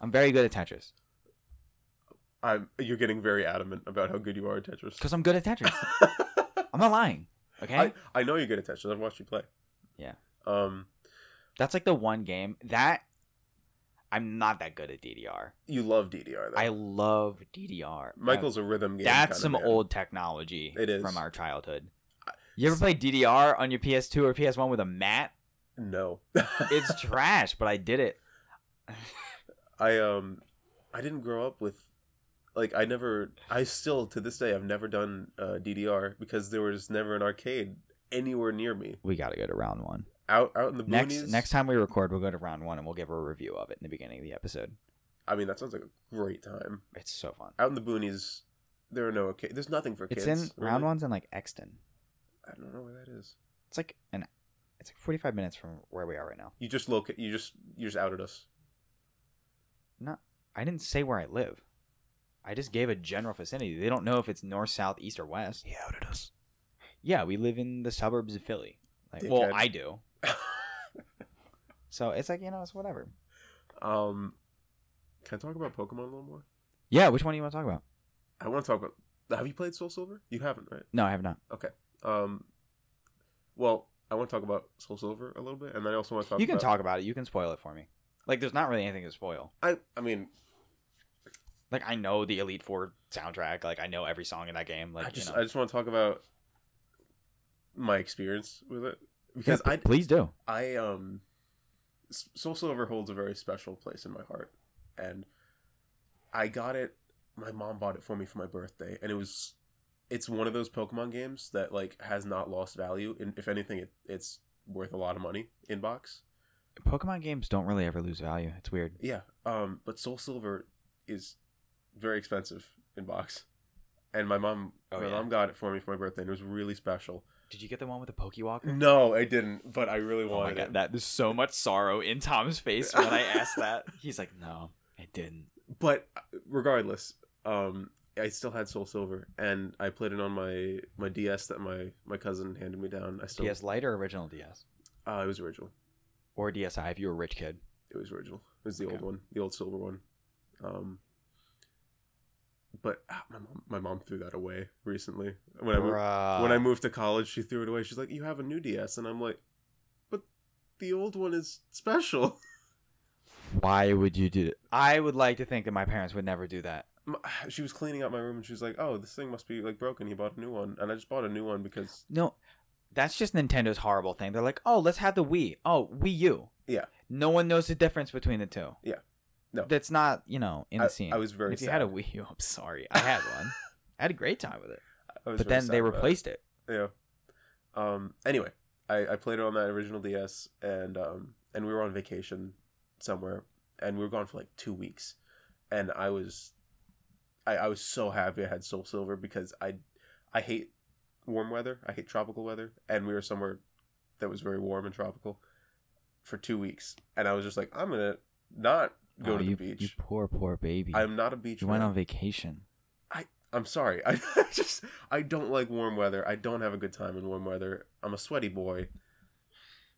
S1: I'm very good at Tetris
S2: I'm. You're getting very adamant about how good you are at Tetris.
S1: because I'm good at Tetris. I'm not lying. Okay,
S2: I, I know you're good at Tetris. I've watched you play.
S1: Yeah.
S2: Um,
S1: that's like the one game that I'm not that good at DDR.
S2: you love DDR. Though.
S1: I love DDR.
S2: Uh, Michael's a rhythm game.
S1: that's
S2: kinda
S1: some
S2: man.
S1: old technology.
S2: It is.
S1: from our childhood. You ever play DDR on your PS2 or PS1 with a mat?
S2: No.
S1: It's trash, but I did it.
S2: I um I didn't grow up with like I never I still to this day I've never done uh, DDR because there was never an arcade anywhere near me.
S1: we got to go to round one.
S2: Out out in the boonies.
S1: Next next time we record, we'll go to round one and we'll give a review of it in the beginning of the episode.
S2: I mean that sounds like a great time.
S1: It's so fun.
S2: Out in the boonies there are no okay there's nothing for kids.
S1: It's in round
S2: really.
S1: ones in like Exton.
S2: I don't know where that is.
S1: It's like an it's like 45 minutes from where we are right now.
S2: You just locate. You just you just outed us.
S1: Not I didn't say where I live. I just gave a general vicinity. They don't know if it's north, south, east, or west.
S2: He outed us.
S1: Yeah, we live in the suburbs of Philly. Like,
S2: Dickhead.
S1: well, I do. So it's like you know, it's whatever.
S2: um, can I talk about Pokemon a little more?
S1: Yeah, which one do you want to talk about?
S2: I want to talk about. Have you played Soul Silver? You haven't, right?
S1: No, I have not.
S2: Okay. Um, well, I want to talk about Soul Silver a little bit, and then I also want to talk.
S1: You can
S2: about,
S1: talk about it. You can spoil it for me. Like, there's not really anything to spoil.
S2: I I mean,
S1: Like, I know the Elite Four soundtrack. Like, I know every song in that game. Like,
S2: I just uh,
S1: you know.
S2: I just want to talk about my experience with it because
S1: Yeah,
S2: I
S1: p- please do.
S2: I um S- Soul Silver holds a very special place in my heart and I got it my mom bought it for me for my birthday and it was it's one of those Pokemon games that like has not lost value and if anything it, it's worth a lot of money in box.
S1: Pokemon games don't really ever lose value. It's weird.
S2: Yeah. Um but Soul Silver is very expensive in box. And my mom
S1: Oh,
S2: my
S1: yeah.
S2: mom got it for me for my birthday and it was really special.
S1: Did you get the one with the Pokewalker?
S2: No, I didn't, but I really
S1: Oh my
S2: wanted
S1: god,
S2: it.
S1: that there's so much sorrow in Tom's face when I asked that. He's like, "No, I didn't."
S2: but uh, regardless, um, I still had Soul Silver, and I played it on my my DS that my my cousin handed me down. I still
S1: DS Lite or original DS
S2: uh, it was original.
S1: or DSi if you were a rich kid.
S2: It was original. It was the old
S1: Okay.
S2: one, the old silver one. Um, but ah, my mom my mom threw that away recently when I moved,
S1: Bruh.
S2: when I moved to college. She threw it away. She's like, "You have a new DS," and I'm like, "But the old one is special."
S1: Why would you do that? I would like to think that my parents would never do that.
S2: My- she was cleaning out my room and she was like, "Oh, this thing must be like broken. He bought a new one." And I just bought a new one because
S1: No, that's just Nintendo's horrible thing. They're like, oh, let's have the Wii. Oh, Wii U.
S2: Yeah.
S1: No one knows the difference between the two.
S2: Yeah. No.
S1: That's not, you know, in the
S2: I-
S1: scene.
S2: I was very
S1: If you had a
S2: sad.
S1: Wii U, I'm sorry. I had one. I had a great time with it.
S2: I was
S1: But
S2: very
S1: then
S2: sad
S1: they
S2: about it.
S1: replaced it.
S2: Yeah. Um. Anyway, I, I played it on that original DS, and um, and we were on vacation somewhere, and we were gone for like two weeks, and I was, I, I was so happy I had Soul Silver because I, I hate warm weather. I hate tropical weather, and we were somewhere that was very warm and tropical for two weeks, and I was just like, I'm gonna not go
S1: Oh,
S2: to
S1: you,
S2: the
S1: You
S2: beach.
S1: poor, poor baby.
S2: I'm not a beach
S1: you went
S2: man.
S1: on vacation.
S2: I'm sorry. I just I don't like warm weather. I don't have a good time in warm weather. I'm a sweaty boy.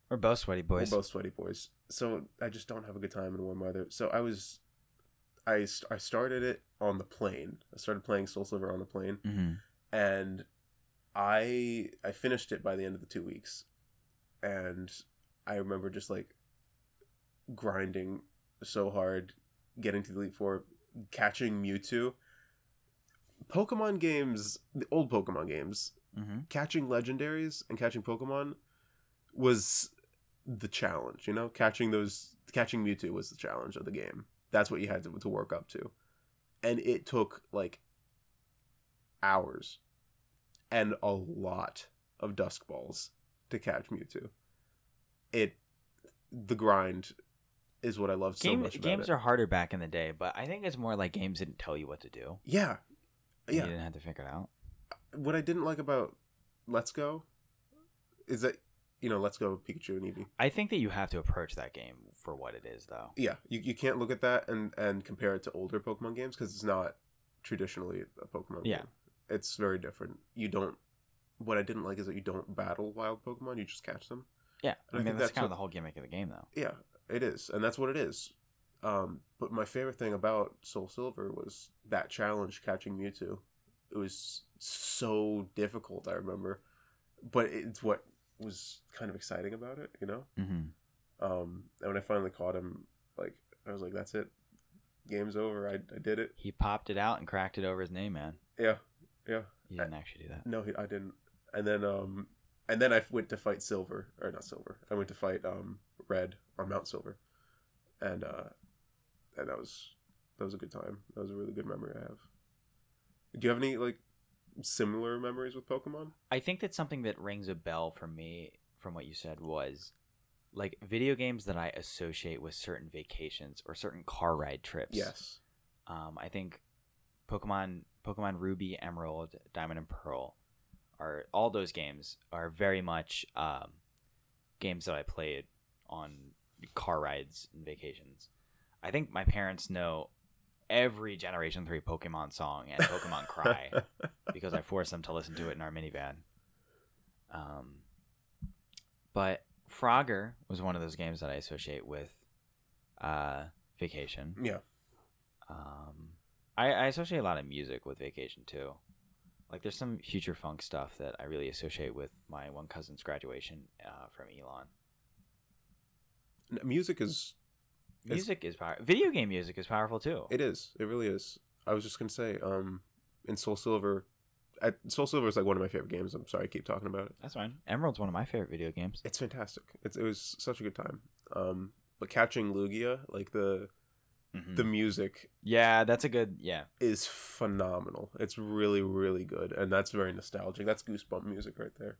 S1: We're both sweaty boys.
S2: We're both sweaty boys. So I just don't have a good time in warm weather. So I was, I st- I started it on the plane. I started playing Soul Silver on the plane,
S1: Mhm.
S2: and I I finished it by the end of the two weeks, and I remember just like grinding so hard, getting to the Elite Four, catching Mewtwo. Pokemon games, the old Pokemon games,
S1: Mhm.
S2: catching legendaries and catching Pokemon was the challenge. You know, catching those, catching Mewtwo was the challenge of the game. That's what you had to, to work up to, and it took like hours and a lot of Dusk Balls to catch Mewtwo. It, the grind, is what I love so
S1: Game-
S2: much about
S1: games
S2: it.
S1: are harder back in the day, but I think it's more like games didn't tell you what to do.
S2: yeah,
S1: You
S2: yeah.
S1: didn't have to figure it out.
S2: What I didn't like about Let's Go is that you know Let's Go Pikachu and Eevee.
S1: I think that you have to approach that game for what it is, though.
S2: yeah you, you can't look at that and and compare it to older pokemon games because it's not traditionally a pokemon
S1: Yeah.
S2: game. it's very different you don't what i didn't like is that you don't battle wild pokemon you just catch them
S1: Yeah,
S2: I
S1: I,
S2: think
S1: mean that's
S2: that's
S1: kind
S2: what-
S1: of the whole gimmick of the game, though.
S2: yeah it is and that's what it is um but my favorite thing about soul silver was that challenge catching mewtwo it was so difficult i remember but it's what was kind of exciting about it you know
S1: Mm-hmm.
S2: um and when i finally caught him like i was like that's it game's over i, I did it
S1: He popped it out and cracked it over his name, man.
S2: Yeah, yeah.
S1: You
S2: Uh,
S1: didn't actually do that.
S2: No, he, I didn't. And then, um, and then I went to fight Silver, or not Silver. I went to fight um Red on Mount Silver, and uh, and that was that was a good time. That was a really good memory I have. Do you have any like similar memories with Pokemon?
S1: I think that something that rings a bell for me from what you said was like video games that I associate with certain vacations or certain car ride trips.
S2: Yes.
S1: Um, I think Pokemon, Pokemon Ruby, Emerald, Diamond, and Pearl are all those games are very much um, games that I played on car rides and vacations. I think my parents know every Generation Three Pokemon song and Pokemon Cry because I forced them to listen to it in our minivan. Um, but Frogger was one of those games that I associate with uh, vacation.
S2: yeah.
S1: Um, I, I associate a lot of music with vacation too. Like there's some future funk stuff that I really associate with my one cousin's graduation uh, from Elon.
S2: N- Music is It's-
S1: Music is power. Video game music is powerful too.
S2: It is. It really is. I was just gonna say, um, in Soul Silver, I, Soul Silver is like one of my favorite games. I'm sorry, I keep talking about it.
S1: That's fine. Emerald's one of my favorite video games.
S2: It's fantastic. It's, it was such a good time. Um, but catching Lugia, like the
S1: Mhm.
S2: the music
S1: yeah, that's a good. Yeah,
S2: is phenomenal. It's really really good, and that's very nostalgic. That's goosebump music right there.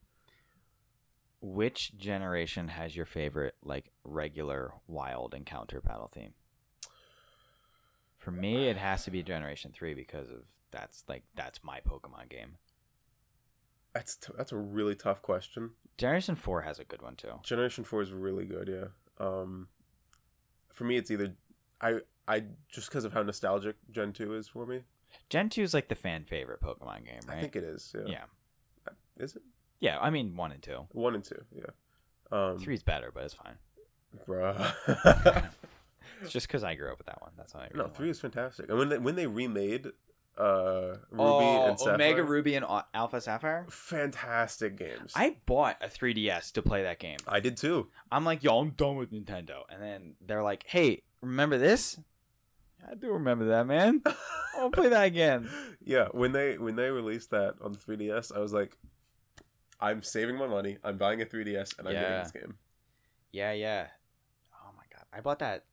S1: which generation has your favorite like regular wild encounter battle theme? For me, it has to be Generation Three because of that's like that's my Pokemon game.
S2: That's t- that's a really tough question.
S1: Generation Four has a good one too.
S2: Generation Four is really good. Yeah. Um, for me, it's either I I just because of how nostalgic Gen Two is for me.
S1: Gen two is like the fan favorite Pokemon game, right?
S2: I think it is. Yeah.
S1: yeah,
S2: Is it?
S1: yeah. I mean, one and two.
S2: One and two, yeah. Um,
S1: Three's better, but it's fine.
S2: bruh.
S1: It's just because I grew up with that one. That's not.
S2: no, three is fantastic. And when they, when they remade uh, Ruby
S1: oh,
S2: and Sapphire,
S1: Omega Ruby and Al- Alpha Sapphire.
S2: fantastic games.
S1: I bought a 3DS to play that game.
S2: I did too.
S1: I'm like, yo, I'm done with Nintendo. And then they're like, hey, remember this? I do remember that, man. I'll play that again.
S2: yeah, when they when they released that on the 3DS, I was like, I'm saving my money. I'm buying a 3DS and I'm
S1: Yeah.
S2: getting this game.
S1: Yeah, yeah. Oh my god, I bought that.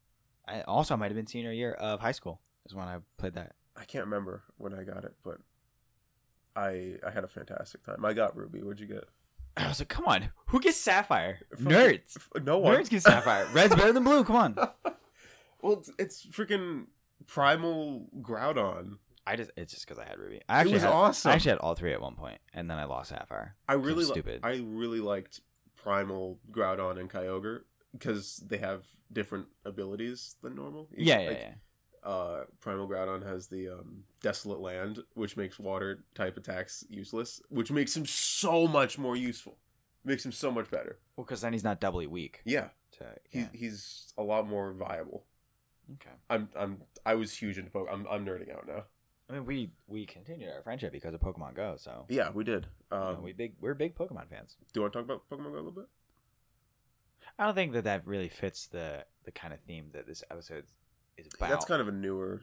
S1: I also might have been senior year of high school is when I played that.
S2: I can't remember when I got it, but I I had a fantastic time. I got Ruby. What'd you get?
S1: I was like, come on, who gets Sapphire?
S2: Fucking-
S1: Nerds.
S2: F- No one.
S1: Nerds get Sapphire. Red's better than blue. Come on.
S2: well, it's, it's freaking primal Groudon.
S1: I just it's just because I had Ruby. I actually
S2: it was
S1: had,
S2: awesome.
S1: I actually had all three at one point, and then I lost Sapphire.
S2: I really
S1: I'm
S2: li-
S1: stupid.
S2: I really liked Primal Groudon and Kyogre because they have different abilities than normal. Each-
S1: Yeah, yeah,
S2: like,
S1: yeah.
S2: Uh, Primal Groudon has the um, Desolate Land, which makes water type attacks useless, which makes him so much more useful. Makes him so much better.
S1: Well, because then he's not doubly weak.
S2: Yeah,
S1: So,
S2: he,
S1: yeah.
S2: he's a lot more viable.
S1: Okay.
S2: I'm I'm I was huge into Pokemon. I'm I'm nerding out now.
S1: I mean, we we continued our friendship because of Pokemon Go. So
S2: Yeah, we did.
S1: you know,
S2: Um,
S1: we big we're big Pokemon fans.
S2: do you want to talk about Pokemon Go a little bit?
S1: I don't think that that really fits the the kind of theme that this episode is about.
S2: That's kind of a newer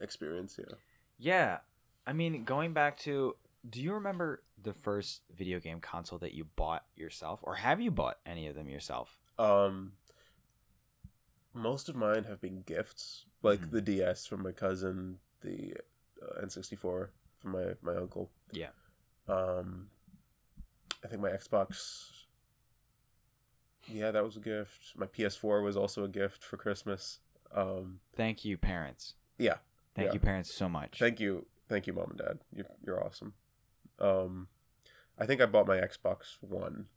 S2: experience. Yeah.
S1: yeah. I mean, going back to, do you remember the first video game console that you bought yourself, or have you bought any of them yourself?
S2: Um, most of mine have been gifts, like
S1: Mhm.
S2: the DS from my cousin, the uh, N64 from my my uncle.
S1: Yeah.
S2: Um, I think my Xbox. Yeah, that was a gift. My PS4 was also a gift for Christmas. Um,
S1: Thank you, parents.
S2: Yeah.
S1: Thank
S2: Yeah.
S1: you, parents, so much.
S2: thank you, thank you, mom and dad. You're you're awesome. Um, I think I bought my Xbox One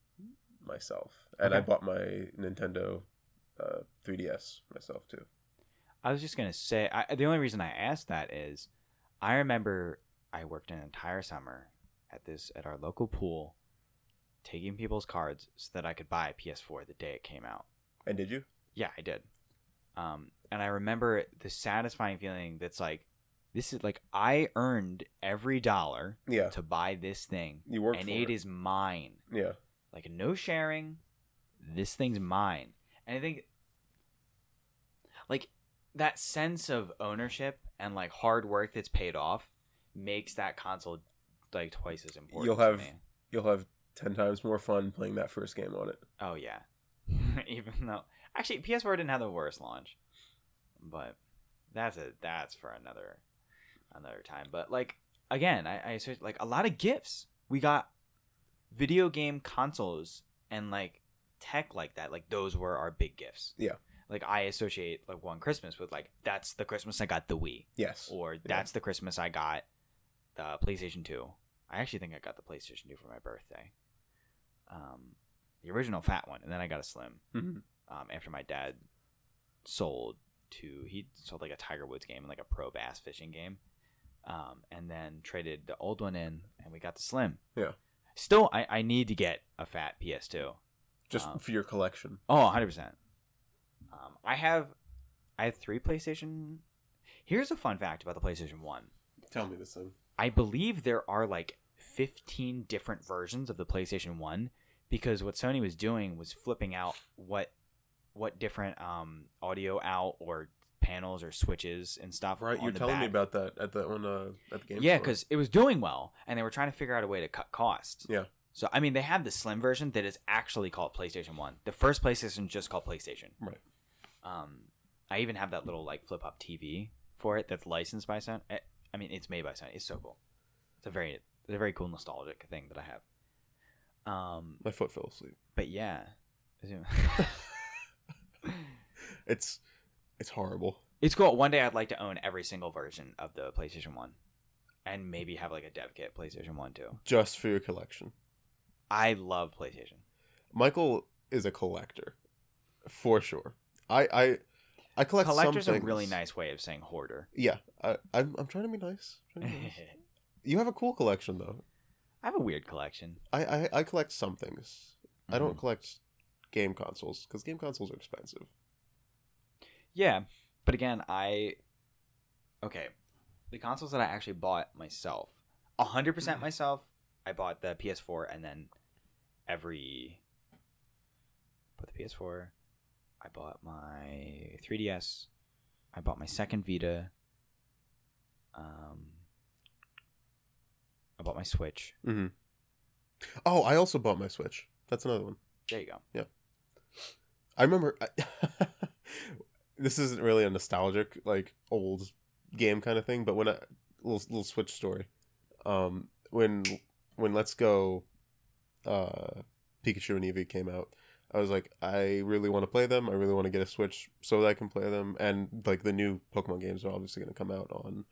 S2: myself, and I
S1: Okay.
S2: bought my Nintendo uh, 3DS myself too.
S1: I was just gonna say I, the only reason I asked that is I remember I worked an entire summer at this at our local pool, taking people's cards so that I could buy a PS4 the day it came out.
S2: And did you?
S1: Yeah, I did. Um, and I remember the satisfying feeling that's like, this is like I earned every dollar
S2: Yeah,
S1: to buy this thing,
S2: you worked.
S1: and
S2: for
S1: it is mine.
S2: Yeah,
S1: Like no sharing. This thing's mine. And I think like that sense of ownership and like hard work that's paid off makes that console like twice as important.
S2: You'll
S1: to
S2: have-
S1: me.
S2: you'll have ten times more fun playing that first game on it.
S1: Oh yeah. Even though actually PS4 didn't have the worst launch. But that's a that's for another another time. But like again, I, I searched, like a lot of gifts. We got video game consoles and like tech like that. Like those were our big gifts.
S2: Yeah.
S1: Like I associate like one Christmas with like that's the Christmas I got the Wii
S2: Yes.
S1: or that's the Christmas I got the PlayStation 2 I actually think I got the PlayStation 2 for my birthday. Um, the original fat one, and then I got a slim.
S2: Mhm.
S1: Um, after my dad sold to he sold like a Tiger Woods game and like a pro bass fishing game, um, and then traded the old one in, and we got the slim.
S2: Yeah.
S1: Still, I, I need to get a fat PS2.
S2: Just
S1: Um,
S2: for your collection.
S1: Oh, 100 percent. Um, I have, I have three PlayStation. Here's a fun fact about the PlayStation One.
S2: Tell me this thing.
S1: I believe there are like 15 different versions of the PlayStation 1 because what Sony was doing was flipping out what what different um, audio out or panels or switches and stuff.
S2: Right,
S1: on
S2: you're
S1: the
S2: telling me
S1: back.
S2: about that at the on uh, at the game.
S1: Yeah,
S2: store.
S1: because it was doing well, and they were trying to figure out a way to cut costs.
S2: Yeah.
S1: So I mean, they have the slim version that is actually called PlayStation One. The first PlayStation is just called PlayStation.
S2: Right.
S1: Um, I even have that little like flip up TV for it that's licensed by Sony. I- I mean, it's made by Sony. It's so cool. It's a very, it's a very cool nostalgic thing that I have. Um,
S2: my foot fell asleep.
S1: but yeah,
S2: It's it's horrible.
S1: it's cool. One day I'd like to own every single version of the PlayStation One, and maybe have like a dev kit PlayStation One too.
S2: Just for your collection.
S1: I love PlayStation.
S2: Michael is a collector, for sure. I I I collect some
S1: Collector's a
S2: things.
S1: really nice way of saying hoarder.
S2: Yeah, I I'm, I'm trying to be nice.
S1: I
S2: trying to be nice. you have a cool collection though.
S1: have a weird collection. Mm-hmm.
S2: I I, I collect some things. I don't collect game consoles because game consoles are expensive.
S1: Yeah, but again, I okay. The consoles that I actually bought myself, hundred percent myself. I bought the PS4 and then every. Bought the PS4. I bought my 3DS. I bought my second Vita. Um. I bought my Switch.
S2: Mm-hmm. Oh, I also bought my Switch. That's another one.
S1: There you go.
S2: I remember. I, this isn't really a nostalgic, like old game kind of thing, but when I little little Switch story, um, when when Let's Go, uh, Pikachu and Eevee came out, I was like, I really want to play them. I really want to get a Switch so that I can play them, and like the new Pokemon games are obviously going to come out on,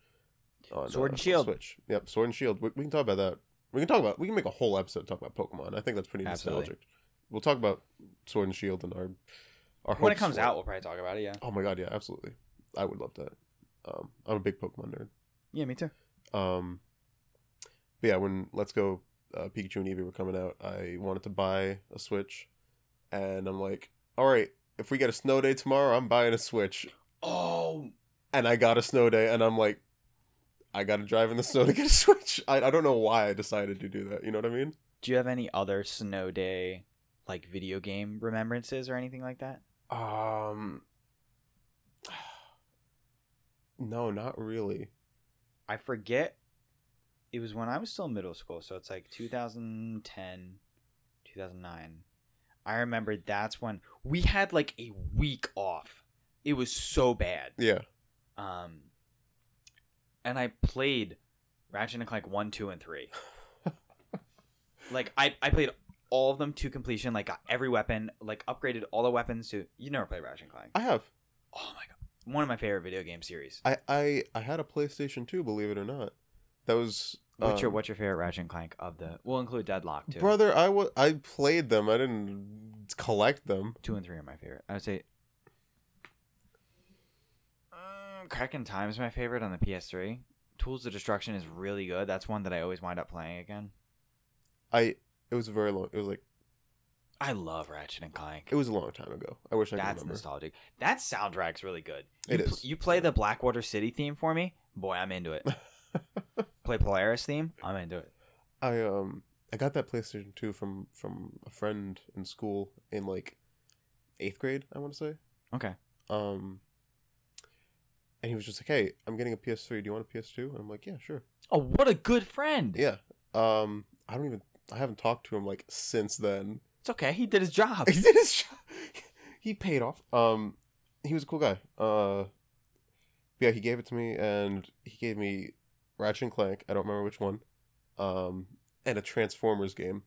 S2: on uh,
S1: Sword and Shield.
S2: Switch. Yep, Sword and Shield. We, we can talk about that. We can talk about. We can make a whole episode talk about Pokemon. I think that's pretty
S1: Absolutely.
S2: nostalgic. We'll talk about Sword and Shield and our our
S1: When it
S2: hopes
S1: comes
S2: for
S1: out, we'll probably talk about it. Yeah.
S2: Oh my god, yeah, absolutely. I would love that. Um, I'm a big Pokemon
S1: Yeah, me too.
S2: nerd. Um, but yeah, when Let's Go uh, Pikachu and Eevee were coming out, I wanted to buy a Switch, and I'm like, all right, if we get a snow day tomorrow, I'm buying a Switch.
S1: Oh,
S2: And I got a snow day, and I'm like, I got to drive in the snow to get a Switch. I, I don't know why I decided to do that. You know what I mean?
S1: Do you have any other snow day like video game remembrances or anything like that?
S2: Um, no, not really.
S1: I forget. It was when I was still in middle school, so it's like 2010, 2009. I remember that's when we had like a week off. It was so bad.
S2: Yeah.
S1: Um and I played Ratchet and Clank 1, 2 and 3. like I I played all of them to completion, like got every weapon, like upgraded all the weapons to You never played Ratchet and Clank.
S2: I have.
S1: Oh my god. One of my favorite video game series.
S2: I I I had a PlayStation 2, believe it or not. That was
S1: What's your
S2: um,
S1: what's your favorite Ratchet and Clank of the We'll include Deadlock too.
S2: brother. I was I played them. I didn't collect them.
S1: 2 and 3 are my favorite. I would say Mm, Kraken Time is my favorite on the PS3. Tools of Destruction is really good. That's one that I always wind up playing again.
S2: I it was very long. It was like
S1: I love Ratchet and Clank.
S2: it was a long time ago. I wish I could
S1: That's
S2: remember.
S1: nostalgic. That soundtrack's really good. You
S2: It
S1: pl-
S2: is.
S1: You play the Blackwater City theme for me, boy, I'm into it. play Polaris theme, I'm into it.
S2: I um I got that PlayStation 2 from from a friend in school in like eighth grade. I want to say.
S1: Okay.
S2: Um. And he was just like, "Hey, I'm getting a PS3. Do you want a PS2?" And I'm like, "Yeah, sure."
S1: Oh, what a good friend.
S2: Yeah. Um. I don't even. I haven't talked to him like since then.
S1: It's okay. He did his job.
S2: he did his job. He paid off. Um, he was a cool guy. Uh, yeah, he gave it to me, and he gave me Ratchet and Clank. I don't remember which one. Um, and a Transformers game.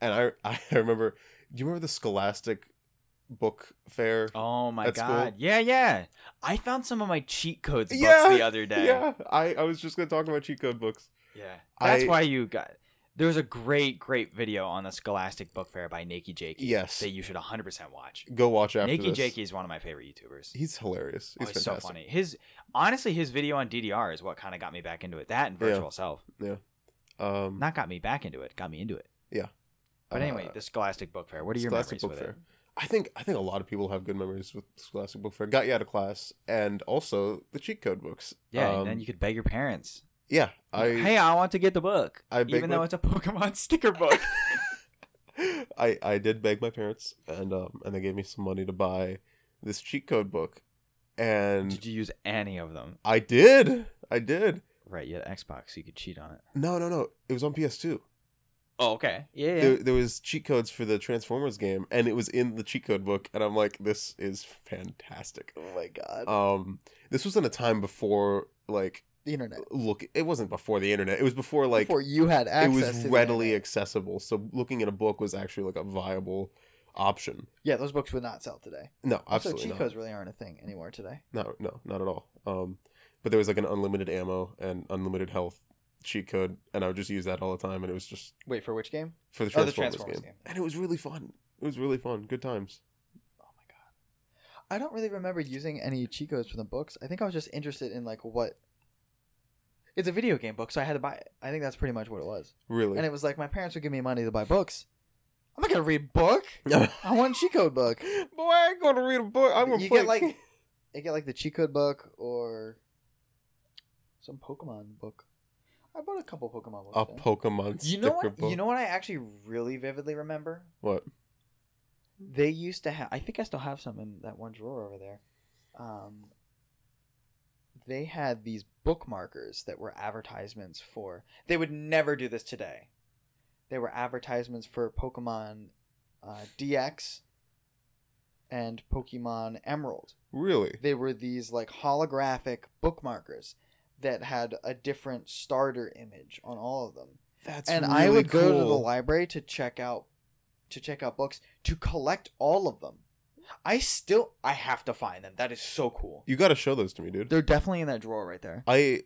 S2: And I, I remember. Do you remember the Scholastic book fair.
S3: Oh my
S2: At school?
S3: god. Yeah, yeah. I found some of my cheat codes books
S2: Yeah,
S3: the other day.
S2: Yeah, I, I was just gonna talk about cheat code books.
S3: Yeah. That's
S2: I-
S3: why you got there was a great, great video on the Scholastic Book Fair by Nakey Jakey
S2: Yes,
S3: that you should 100% watch.
S2: go watch after
S3: Nakey
S2: this.
S3: Jakey is one of my favorite YouTubers.
S2: He's hilarious.
S3: Oh,
S2: He's,
S3: He's, so
S2: fantastic.
S3: funny. His honestly, his video on DDR is what kind of got me back into it. That and
S2: Yeah.
S3: virtual self,
S2: Um, uh,
S3: not got me back into it, got me into it. But anyway, the Scholastic Book Fair. What are your
S2: Scholastic
S3: memories
S2: Book
S3: with
S2: Fair. I think I think a lot of people have good memories with Scholastic Book Fair. Got you out of class, and also the cheat code books.
S3: it? Yeah,
S2: Um,
S3: and then you could beg your parents.
S2: yeah. I
S3: hey, I want to get the book,
S2: I beg
S3: even though
S2: my-
S3: it's a Pokemon sticker book.
S2: I I did beg my parents, and um, and they gave me some money to buy this cheat code book, and
S3: Did you use any of them?
S2: I did, I did.
S3: Right, you had Xbox, so you could cheat on it.
S2: No, no, no. It was on PS2.
S3: Oh, okay. Yeah, yeah.
S2: There, there was cheat codes for the Transformers game, and it was in the cheat code book. And I'm like, this is fantastic.
S3: oh my god.
S2: Um, this was in a time before like
S1: the internet.
S2: look. It wasn't before the internet. It was before like
S1: Before you had
S2: it
S1: access,
S2: was
S1: to the
S2: readily
S1: internet.
S2: accessible. So looking at a book was actually like a viable option.
S1: yeah. Those books would not sell today.
S2: No,
S1: Also,
S2: absolutely
S1: cheat
S2: not.
S1: codes really aren't a thing anymore today.
S2: No, no, not at all. Um, but there was like an unlimited ammo and unlimited health cheat code, and I would just use that all the time, and it was just
S1: Wait for which game?
S2: for the
S1: Oh, the
S2: Transformers,
S1: Transformers
S2: game.
S1: game.
S2: and it was really fun. It was really fun. Good times.
S1: Oh my god, I don't really remember using any cheat codes from the books. I think I was just interested in like what. It's a video game book, so I had to buy it. I think that's pretty much what it was.
S2: Really.
S1: And it was like my parents would give me money to buy books. I'm not gonna read a book. I want a cheat code book.
S2: Boy, I ain't gonna read a book. I'm gonna
S1: you
S2: play.
S1: get like, you get like the cheat code book or some Pokemon book. I bought a couple Pokemon books.
S2: a
S1: eh?
S2: Pokemon
S1: You
S2: sticker
S1: know what?
S2: book.
S1: You know what I actually really vividly remember?
S2: what?
S1: They used to have. I think I still have some in that one drawer over there. Um, they had these bookmarkers that were advertisements for. They would never do this today. They were advertisements for Pokemon uh, DX and Pokemon Emerald.
S2: Really?
S1: They were these like holographic bookmarkers that had a different starter image on all of them
S2: That's
S1: and I would go to the library to check out to check out books to collect all of them. I still I have to find them. That is so cool.
S2: You got to show those to me, dude.
S1: They're definitely in that drawer right there,
S2: I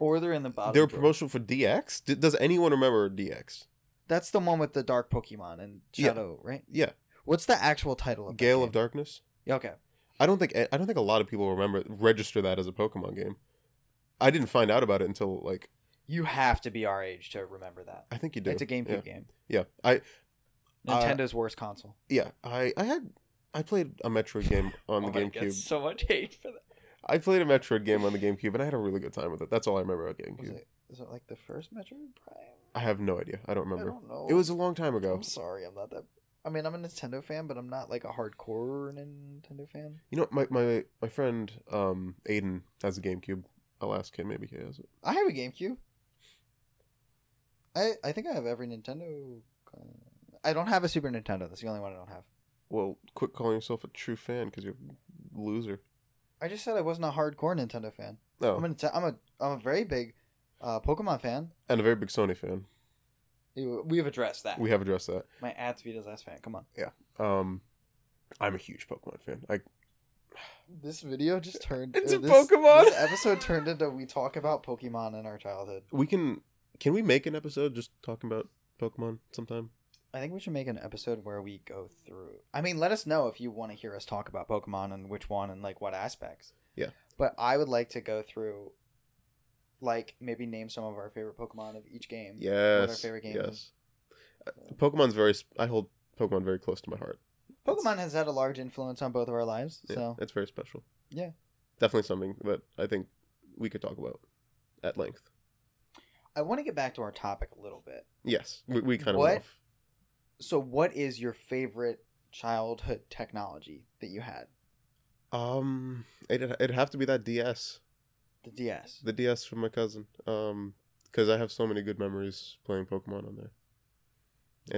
S1: or they're in the bottom.
S2: they were
S1: drawer.
S2: promotional for DX. D- does anyone remember DX?
S1: That's the one with the dark Pokemon and
S2: Yeah.
S1: Shadow, right?
S2: Yeah,
S1: What's the actual title of
S2: Gale
S1: that
S2: of Darkness.
S1: Dark? Okay,
S2: I don't think I don't think a lot of people remember register that as a Pokemon game. I didn't find out about it until like
S1: you have to be our age to remember that.
S2: I think you did.
S1: It's a
S2: yeah.
S1: GameCube game.
S2: Yeah, I Uh,
S1: Nintendo's worst console.
S2: yeah I I had I played a Metroid game on the
S3: Oh my God,
S2: GameCube.
S3: so much hate for that.
S2: I played a Metroid game on the GameCube and I had a really good time with it. That's all I remember about
S1: Was
S2: GameCube.
S1: it? Is it like the first Metroid Prime?
S2: I have no idea. I don't
S1: I
S2: remember.
S1: don't know.
S2: It was a long time ago.
S1: Oh. I'm sorry, I'm not that. I mean, I'm a Nintendo fan, but I'm not like a hardcore Nintendo fan.
S2: You know, my my my friend um Aiden has a GameCube. I'll ask him. Maybe he has it.
S1: I have a GameCube. I I think I have every Nintendo. con- I don't have a Super Nintendo. That's the only one I don't have.
S2: Well, quit calling yourself a true fan because you're a loser.
S1: I just said I wasn't a hardcore Nintendo fan.
S2: No,
S1: I'm a Nite- I'm a I'm a very big uh, Pokemon fan.
S2: and a very big Sony fan.
S1: You- We've addressed that.
S2: We have addressed that.
S1: My ads Vita's last fan. Come on.
S2: Um, I'm a huge Pokemon fan. I
S1: This video just turned uh,
S2: It's a
S1: this-
S2: Pokemon!
S1: This episode turned into we talk about Pokemon in our childhood.
S2: we can can we make an episode just talking about Pokemon sometime?
S1: I think we should make an episode where we go through. I mean, let us know if you want to hear us talk about Pokemon and which one and like what aspects.
S2: Yeah.
S1: But I would like to go through, like maybe name some of our favorite Pokemon of each game.
S2: Yes.
S1: What our favorite game
S2: yes.
S1: is.
S2: Uh, Pokemon's very. sp- I hold Pokemon very close to my heart.
S1: Pokemon has had a large influence on both of our lives,
S2: Yeah,
S1: so
S2: it's very special.
S1: Yeah.
S2: Definitely something that I think we could talk about at length.
S1: I want to get back to our topic a little bit.
S2: Yes, we, we kind of
S1: What?
S2: what?
S1: So, what is your favorite childhood technology that you had?
S2: Um, it'd, it'd have to be that DS,
S1: The DS.
S2: the DS from my cousin. Um, because I have so many good memories playing Pokemon on there,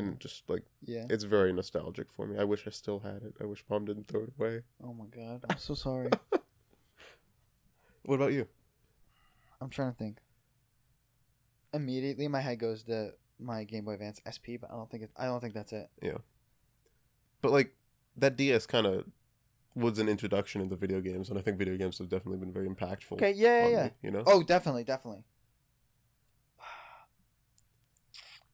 S2: and just like
S1: Yeah.
S2: it's very nostalgic for me. I wish I still had it. I wish Mom didn't throw it away.
S1: Oh my god, I'm so sorry.
S2: What about you?
S1: I'm trying to think. Immediately, my head goes to my Game Boy Advance SP, but I don't think it, I don't think that's it.
S2: But like that DS kind of was an introduction into video games, and I think video games have definitely been very impactful.
S4: Okay, yeah, yeah,
S2: on
S4: yeah.
S2: me, you know.
S4: Oh, definitely, definitely.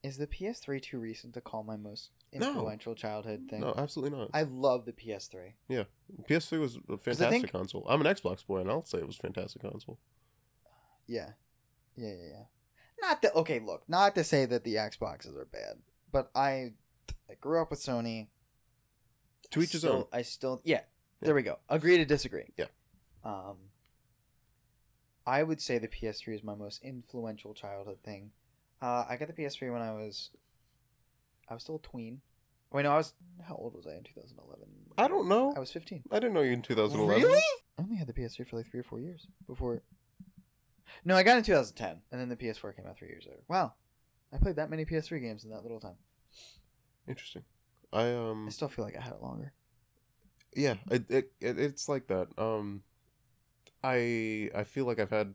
S4: Is the PS3 too recent to call my most
S2: No.
S4: influential childhood thing?
S2: no, absolutely not.
S4: I love the PS3.
S2: PS3 was a fantastic
S4: think-
S2: console. I'm an Xbox boy, and I'll say it was a fantastic console.
S4: Yeah. Yeah, yeah, yeah. Not that okay, look, not to say that the Xboxes are bad, but I I grew up with Sony.
S2: To each his
S4: Still-
S2: own.
S4: I still yeah,
S2: Yeah.
S4: there we go. Agree to disagree.
S2: Yeah.
S4: Um I would say the PS3 is my most influential childhood thing. Uh, I got the PS3 when I was I was still a tween. Wait, no, I was how old was I in 2011?
S2: I don't know.
S4: I was 15.
S2: I didn't know you in 2011.
S4: I only had the PS3 for like three or four years before. No, I got it in 2010, and then the PS4 came out three years later. Wow, I played that many PS3 games in that little time.
S2: Interesting. I um
S4: I still feel like I had it longer.
S2: yeah, it, it, it it's like that. Um, I I feel like I've had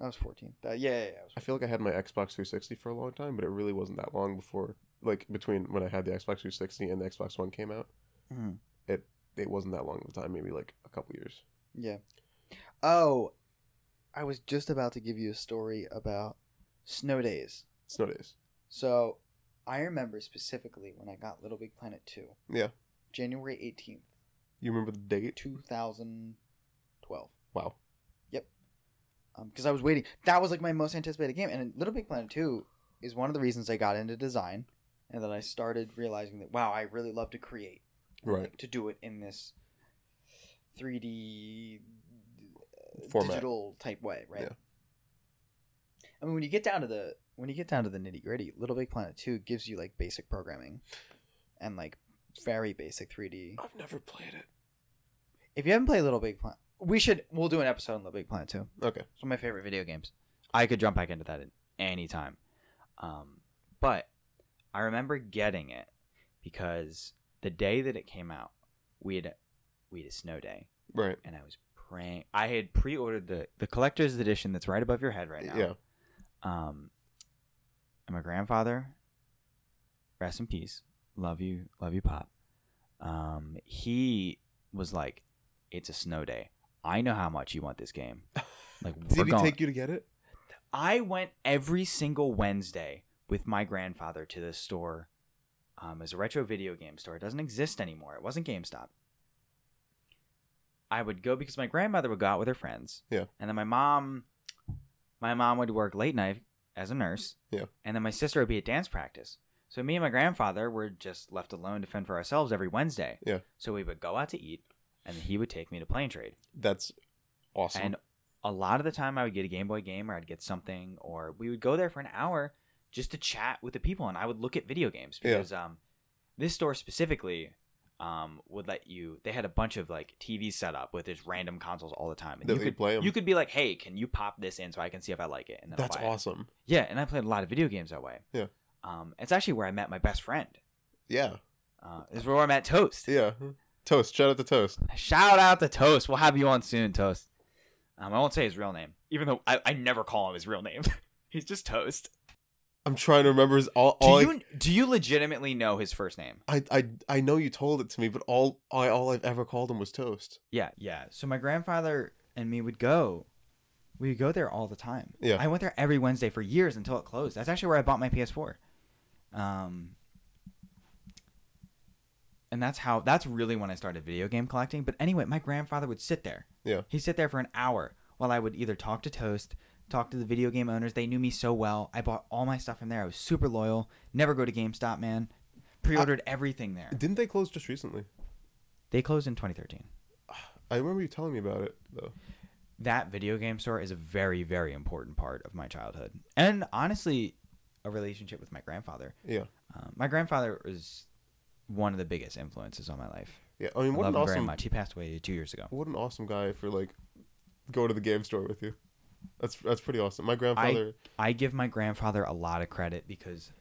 S4: I was 14. Uh, yeah, yeah, yeah. I was-
S2: I feel like I had my Xbox 360 for a long time, but it really wasn't that long before like between when I had the Xbox 360 and the Xbox One came out.
S1: Mm-hmm.
S4: Mhm.
S2: It wasn't that long of a time, maybe like a couple years.
S4: Yeah. Oh, I was just about to give you a story about snow days.
S2: Snow days.
S4: So, I remember specifically when I got Little Big Planet 2.
S2: Yeah.
S4: January 18th,
S2: You remember the date?
S4: 2012.
S2: Wow.
S4: because Um, I was waiting. That was like my most anticipated game, and Little Big Planet Two is one of the reasons I got into design, and then I started realizing that wow, I really love to create,
S2: Right.
S4: to do it in this three D uh,
S2: Format.
S4: digital type way, right?
S2: Yeah.
S4: I mean, when you get down to the when you get down to the nitty gritty, Little Big Planet Two gives you like basic programming, and like very basic three D.
S2: I've never played it.
S4: If you haven't played Little Big Planet, we should we'll do an episode on Little Big Planet Two.
S2: Okay.
S4: It's one of my favorite video games.
S1: I could jump back into that at any time. Um, but I remember getting it because the day that it came out, we had we had a snow day,
S2: Right.
S1: and I was praying. I had pre-ordered the the collector's edition that's right above your head right now.
S2: Yeah.
S1: Um, and my grandfather, rest in peace. Love you, love you, pop. Um, he was like, "It's a snow day. I know how much you want this game. Like, we're
S2: Did he
S1: going-
S2: take you to get it?
S1: I went every single Wednesday with my grandfather to the store. Um, it was a retro video game store. It doesn't exist anymore. It wasn't GameStop. I would go because my grandmother would go out with her friends.
S2: Yeah.
S1: And then my mom, my mom would work late night as a nurse.
S2: Yeah.
S1: And then my sister would be at dance practice. So me and my grandfather were just left alone to fend for ourselves every Wednesday.
S2: Yeah.
S1: So we would go out to eat, and he would take me to plane trade.
S2: That's awesome.
S1: And a lot of the time, I would get a Game Boy game or I'd get something, or we would go there for an hour just to chat with the people. And I would look at video games
S2: Yeah.
S1: because um, this store specifically um, would let you, they had a bunch of like TVs set up with just random consoles all the time. And
S2: That
S1: you
S2: they
S1: could
S2: play 'em.
S1: You could be like, hey, can you pop this in so I can see if I like it? And then I'll
S2: That's
S1: buy it.
S2: awesome.
S1: Yeah. And I played a lot of video games that way.
S2: Yeah.
S1: Um, it's actually where I met my best friend.
S2: Yeah.
S1: Uh, this is where I met Toast.
S2: Yeah. Toast. Shout out to Toast.
S1: Shout out to Toast. We'll have you on soon, Toast. Um, I won't say his real name, even though I, I never call him his real name. He's just Toast.
S2: I'm trying to remember his all.
S1: Do
S2: all I-
S1: you do you legitimately know his first name?
S2: I, I I know you told it to me, but all I all I've ever called him was toast.
S1: Yeah, yeah. So my grandfather and me would go. We would go there all the time.
S2: Yeah.
S1: I went there every Wednesday for years until it closed. That's actually where I bought my PS4. Um and that's how that's really when I started video game collecting. But anyway, my grandfather would sit there.
S2: Yeah.
S1: He'd sit there for an hour while I would either talk to Toast, talk to the video game owners. They knew me so well. I bought all my stuff from there. I was super loyal. Never go to GameStop, man. Pre-ordered everything there.
S2: Didn't they close just recently?
S1: They closed in 2013.
S2: I remember you telling me about it though.
S1: that video game store is a very very important part of my childhood and honestly a relationship with my grandfather
S2: Yeah.
S1: um, my grandfather was one of the biggest influences on my life
S2: Yeah. I mean,
S1: i
S2: what
S1: love
S2: an
S1: him very
S2: awesome
S1: much he passed away two years ago
S2: what an awesome guy for like go to the game store with you. That's that's pretty awesome. My grandfather.
S1: i give my grandfather a lot of credit because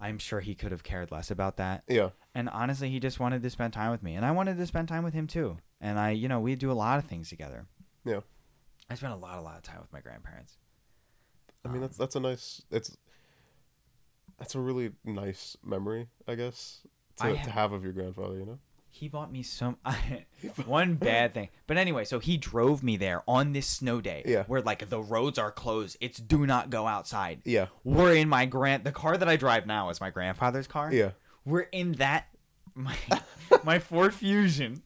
S1: i'm sure he could have cared less about that
S2: yeah.
S1: and honestly he just wanted to spend time with me and i wanted to spend time with him too and i you know we do a lot of things together
S2: Yeah.
S1: i spent a lot a lot of time with my grandparents
S2: I
S1: Um,
S2: mean, that's that's a nice. It's that's a really nice memory, I guess, to,
S1: I
S2: to
S1: ha-
S2: have of your grandfather. You know.
S1: He bought me some one bad thing. But anyway, so he drove me there on this snow day
S2: Yeah.
S1: where like the roads are closed. It's do not go outside.
S2: Yeah.
S1: We're in my grand the car that I drive now is my grandfather's car.
S2: Yeah.
S1: We're in that my my Ford Fusion.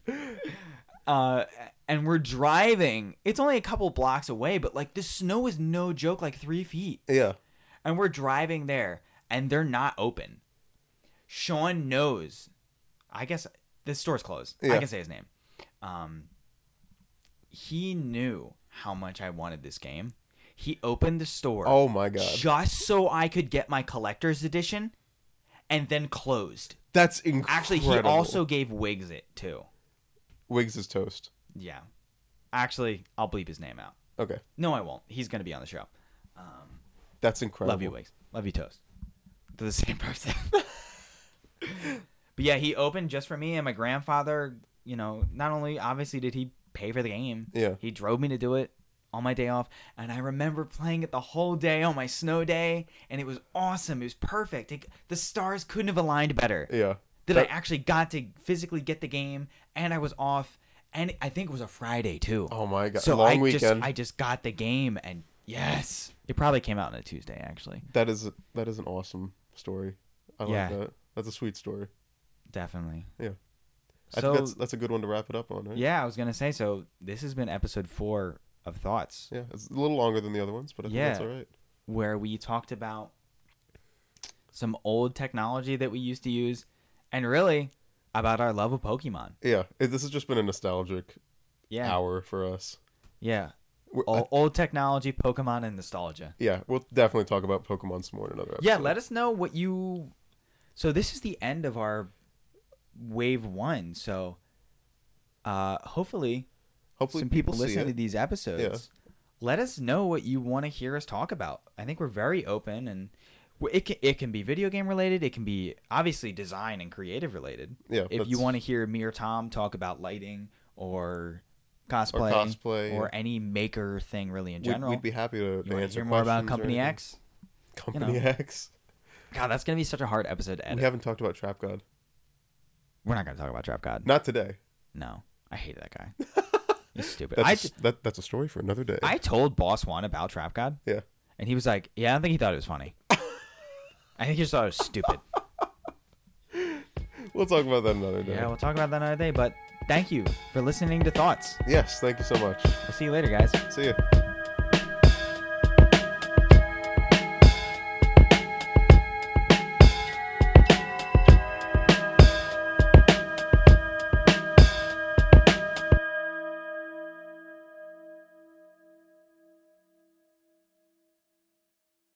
S1: Uh and we're driving. It's only a couple blocks away, but like the snow is no joke, like three feet
S2: Yeah.
S1: and we're driving there and they're not open. Sean knows. I guess this store's closed. I
S2: Yeah.
S1: can say his name. Um, he knew how much I wanted this game. He opened the store
S2: Oh my god.
S1: just so I could get my collector's edition and then closed.
S2: That's incredible.
S1: Actually, he also gave Wigs it too.
S2: Wigs is toast.
S1: Yeah. Actually, I'll bleep his name out.
S2: Okay.
S1: No, I won't. He's going to be on the show. Um,
S2: That's incredible.
S1: Love you, Wigs. Love you, Toast. They're the same person. but yeah, he opened just for me and my grandfather. You know, not only obviously did he pay for the game,
S2: Yeah.
S1: he drove me to do it on my day off, and I remember playing it the whole day on my snow day, and it was awesome. It was perfect. It, the stars couldn't have aligned better.
S2: Yeah.
S1: that I
S2: That-
S1: actually got to physically get the game, and I was off, and I think it was a Friday too.
S2: Oh my god.
S1: so
S2: Long
S1: I
S2: weekend.
S1: just I just got the game, and yes, it probably came out on a Tuesday actually.
S2: That is that is an awesome story. I
S1: Yeah.
S2: like that. That's a sweet story.
S1: Definitely.
S2: Yeah. I
S1: So
S2: think that's that's a good one to wrap it up on, right?
S1: yeah, I was gonna say. So this has been episode four of Thoughts,
S2: Yeah. It's a little longer than the other ones, but I think that's
S1: Yeah.
S2: all right.
S1: where we talked about some old technology that we used to use, and really about our love of Pokemon.
S2: Yeah. It- this has just been a nostalgic
S1: Yeah.
S2: hour for us.
S1: Yeah.
S2: We're- I-
S1: O- old technology, Pokemon, and nostalgia.
S2: yeah, we'll definitely talk about Pokemon some more in another episode.
S1: Yeah. Let us know what you. So this is the end of our wave one. So. Uh, hopefully,
S2: Hopefully
S1: some people,
S2: see
S1: listen
S2: it.
S1: to these episodes. Let us know what you want to hear us talk about. I think we're very open, and w- it can, it can be video game related. It can be obviously design and creative related.
S2: Yeah,
S1: If you
S2: that's-
S1: want to hear me or Tom talk about lighting or cosplay,
S2: cosplay,
S1: or
S2: yeah.
S1: any maker thing really in
S2: we'd,
S1: general,
S2: we'd be happy to
S1: you want to
S2: answer
S1: hear more about
S2: questions or
S1: Company
S2: anything.
S1: X.
S2: Company
S1: know.
S2: X.
S1: God, that's gonna be such a hard episode to edit.
S2: We haven't talked about Trap God.
S1: we're not gonna talk about Trap God.
S2: Not today.
S1: No, I hate that guy. He's stupid.
S2: That's, a
S1: I
S2: s- that, that's a story for another day.
S1: I told Boss One about Trap God.
S2: Yeah.
S1: And he was like, Yeah, I don't think he thought it was funny. I think he just thought it was stupid.
S2: We'll talk about that another day.
S1: yeah, we'll talk about that another day, but thank you for listening to Thoughts.
S2: yes, thank you so much.
S1: We'll see you later, guys.
S2: See ya.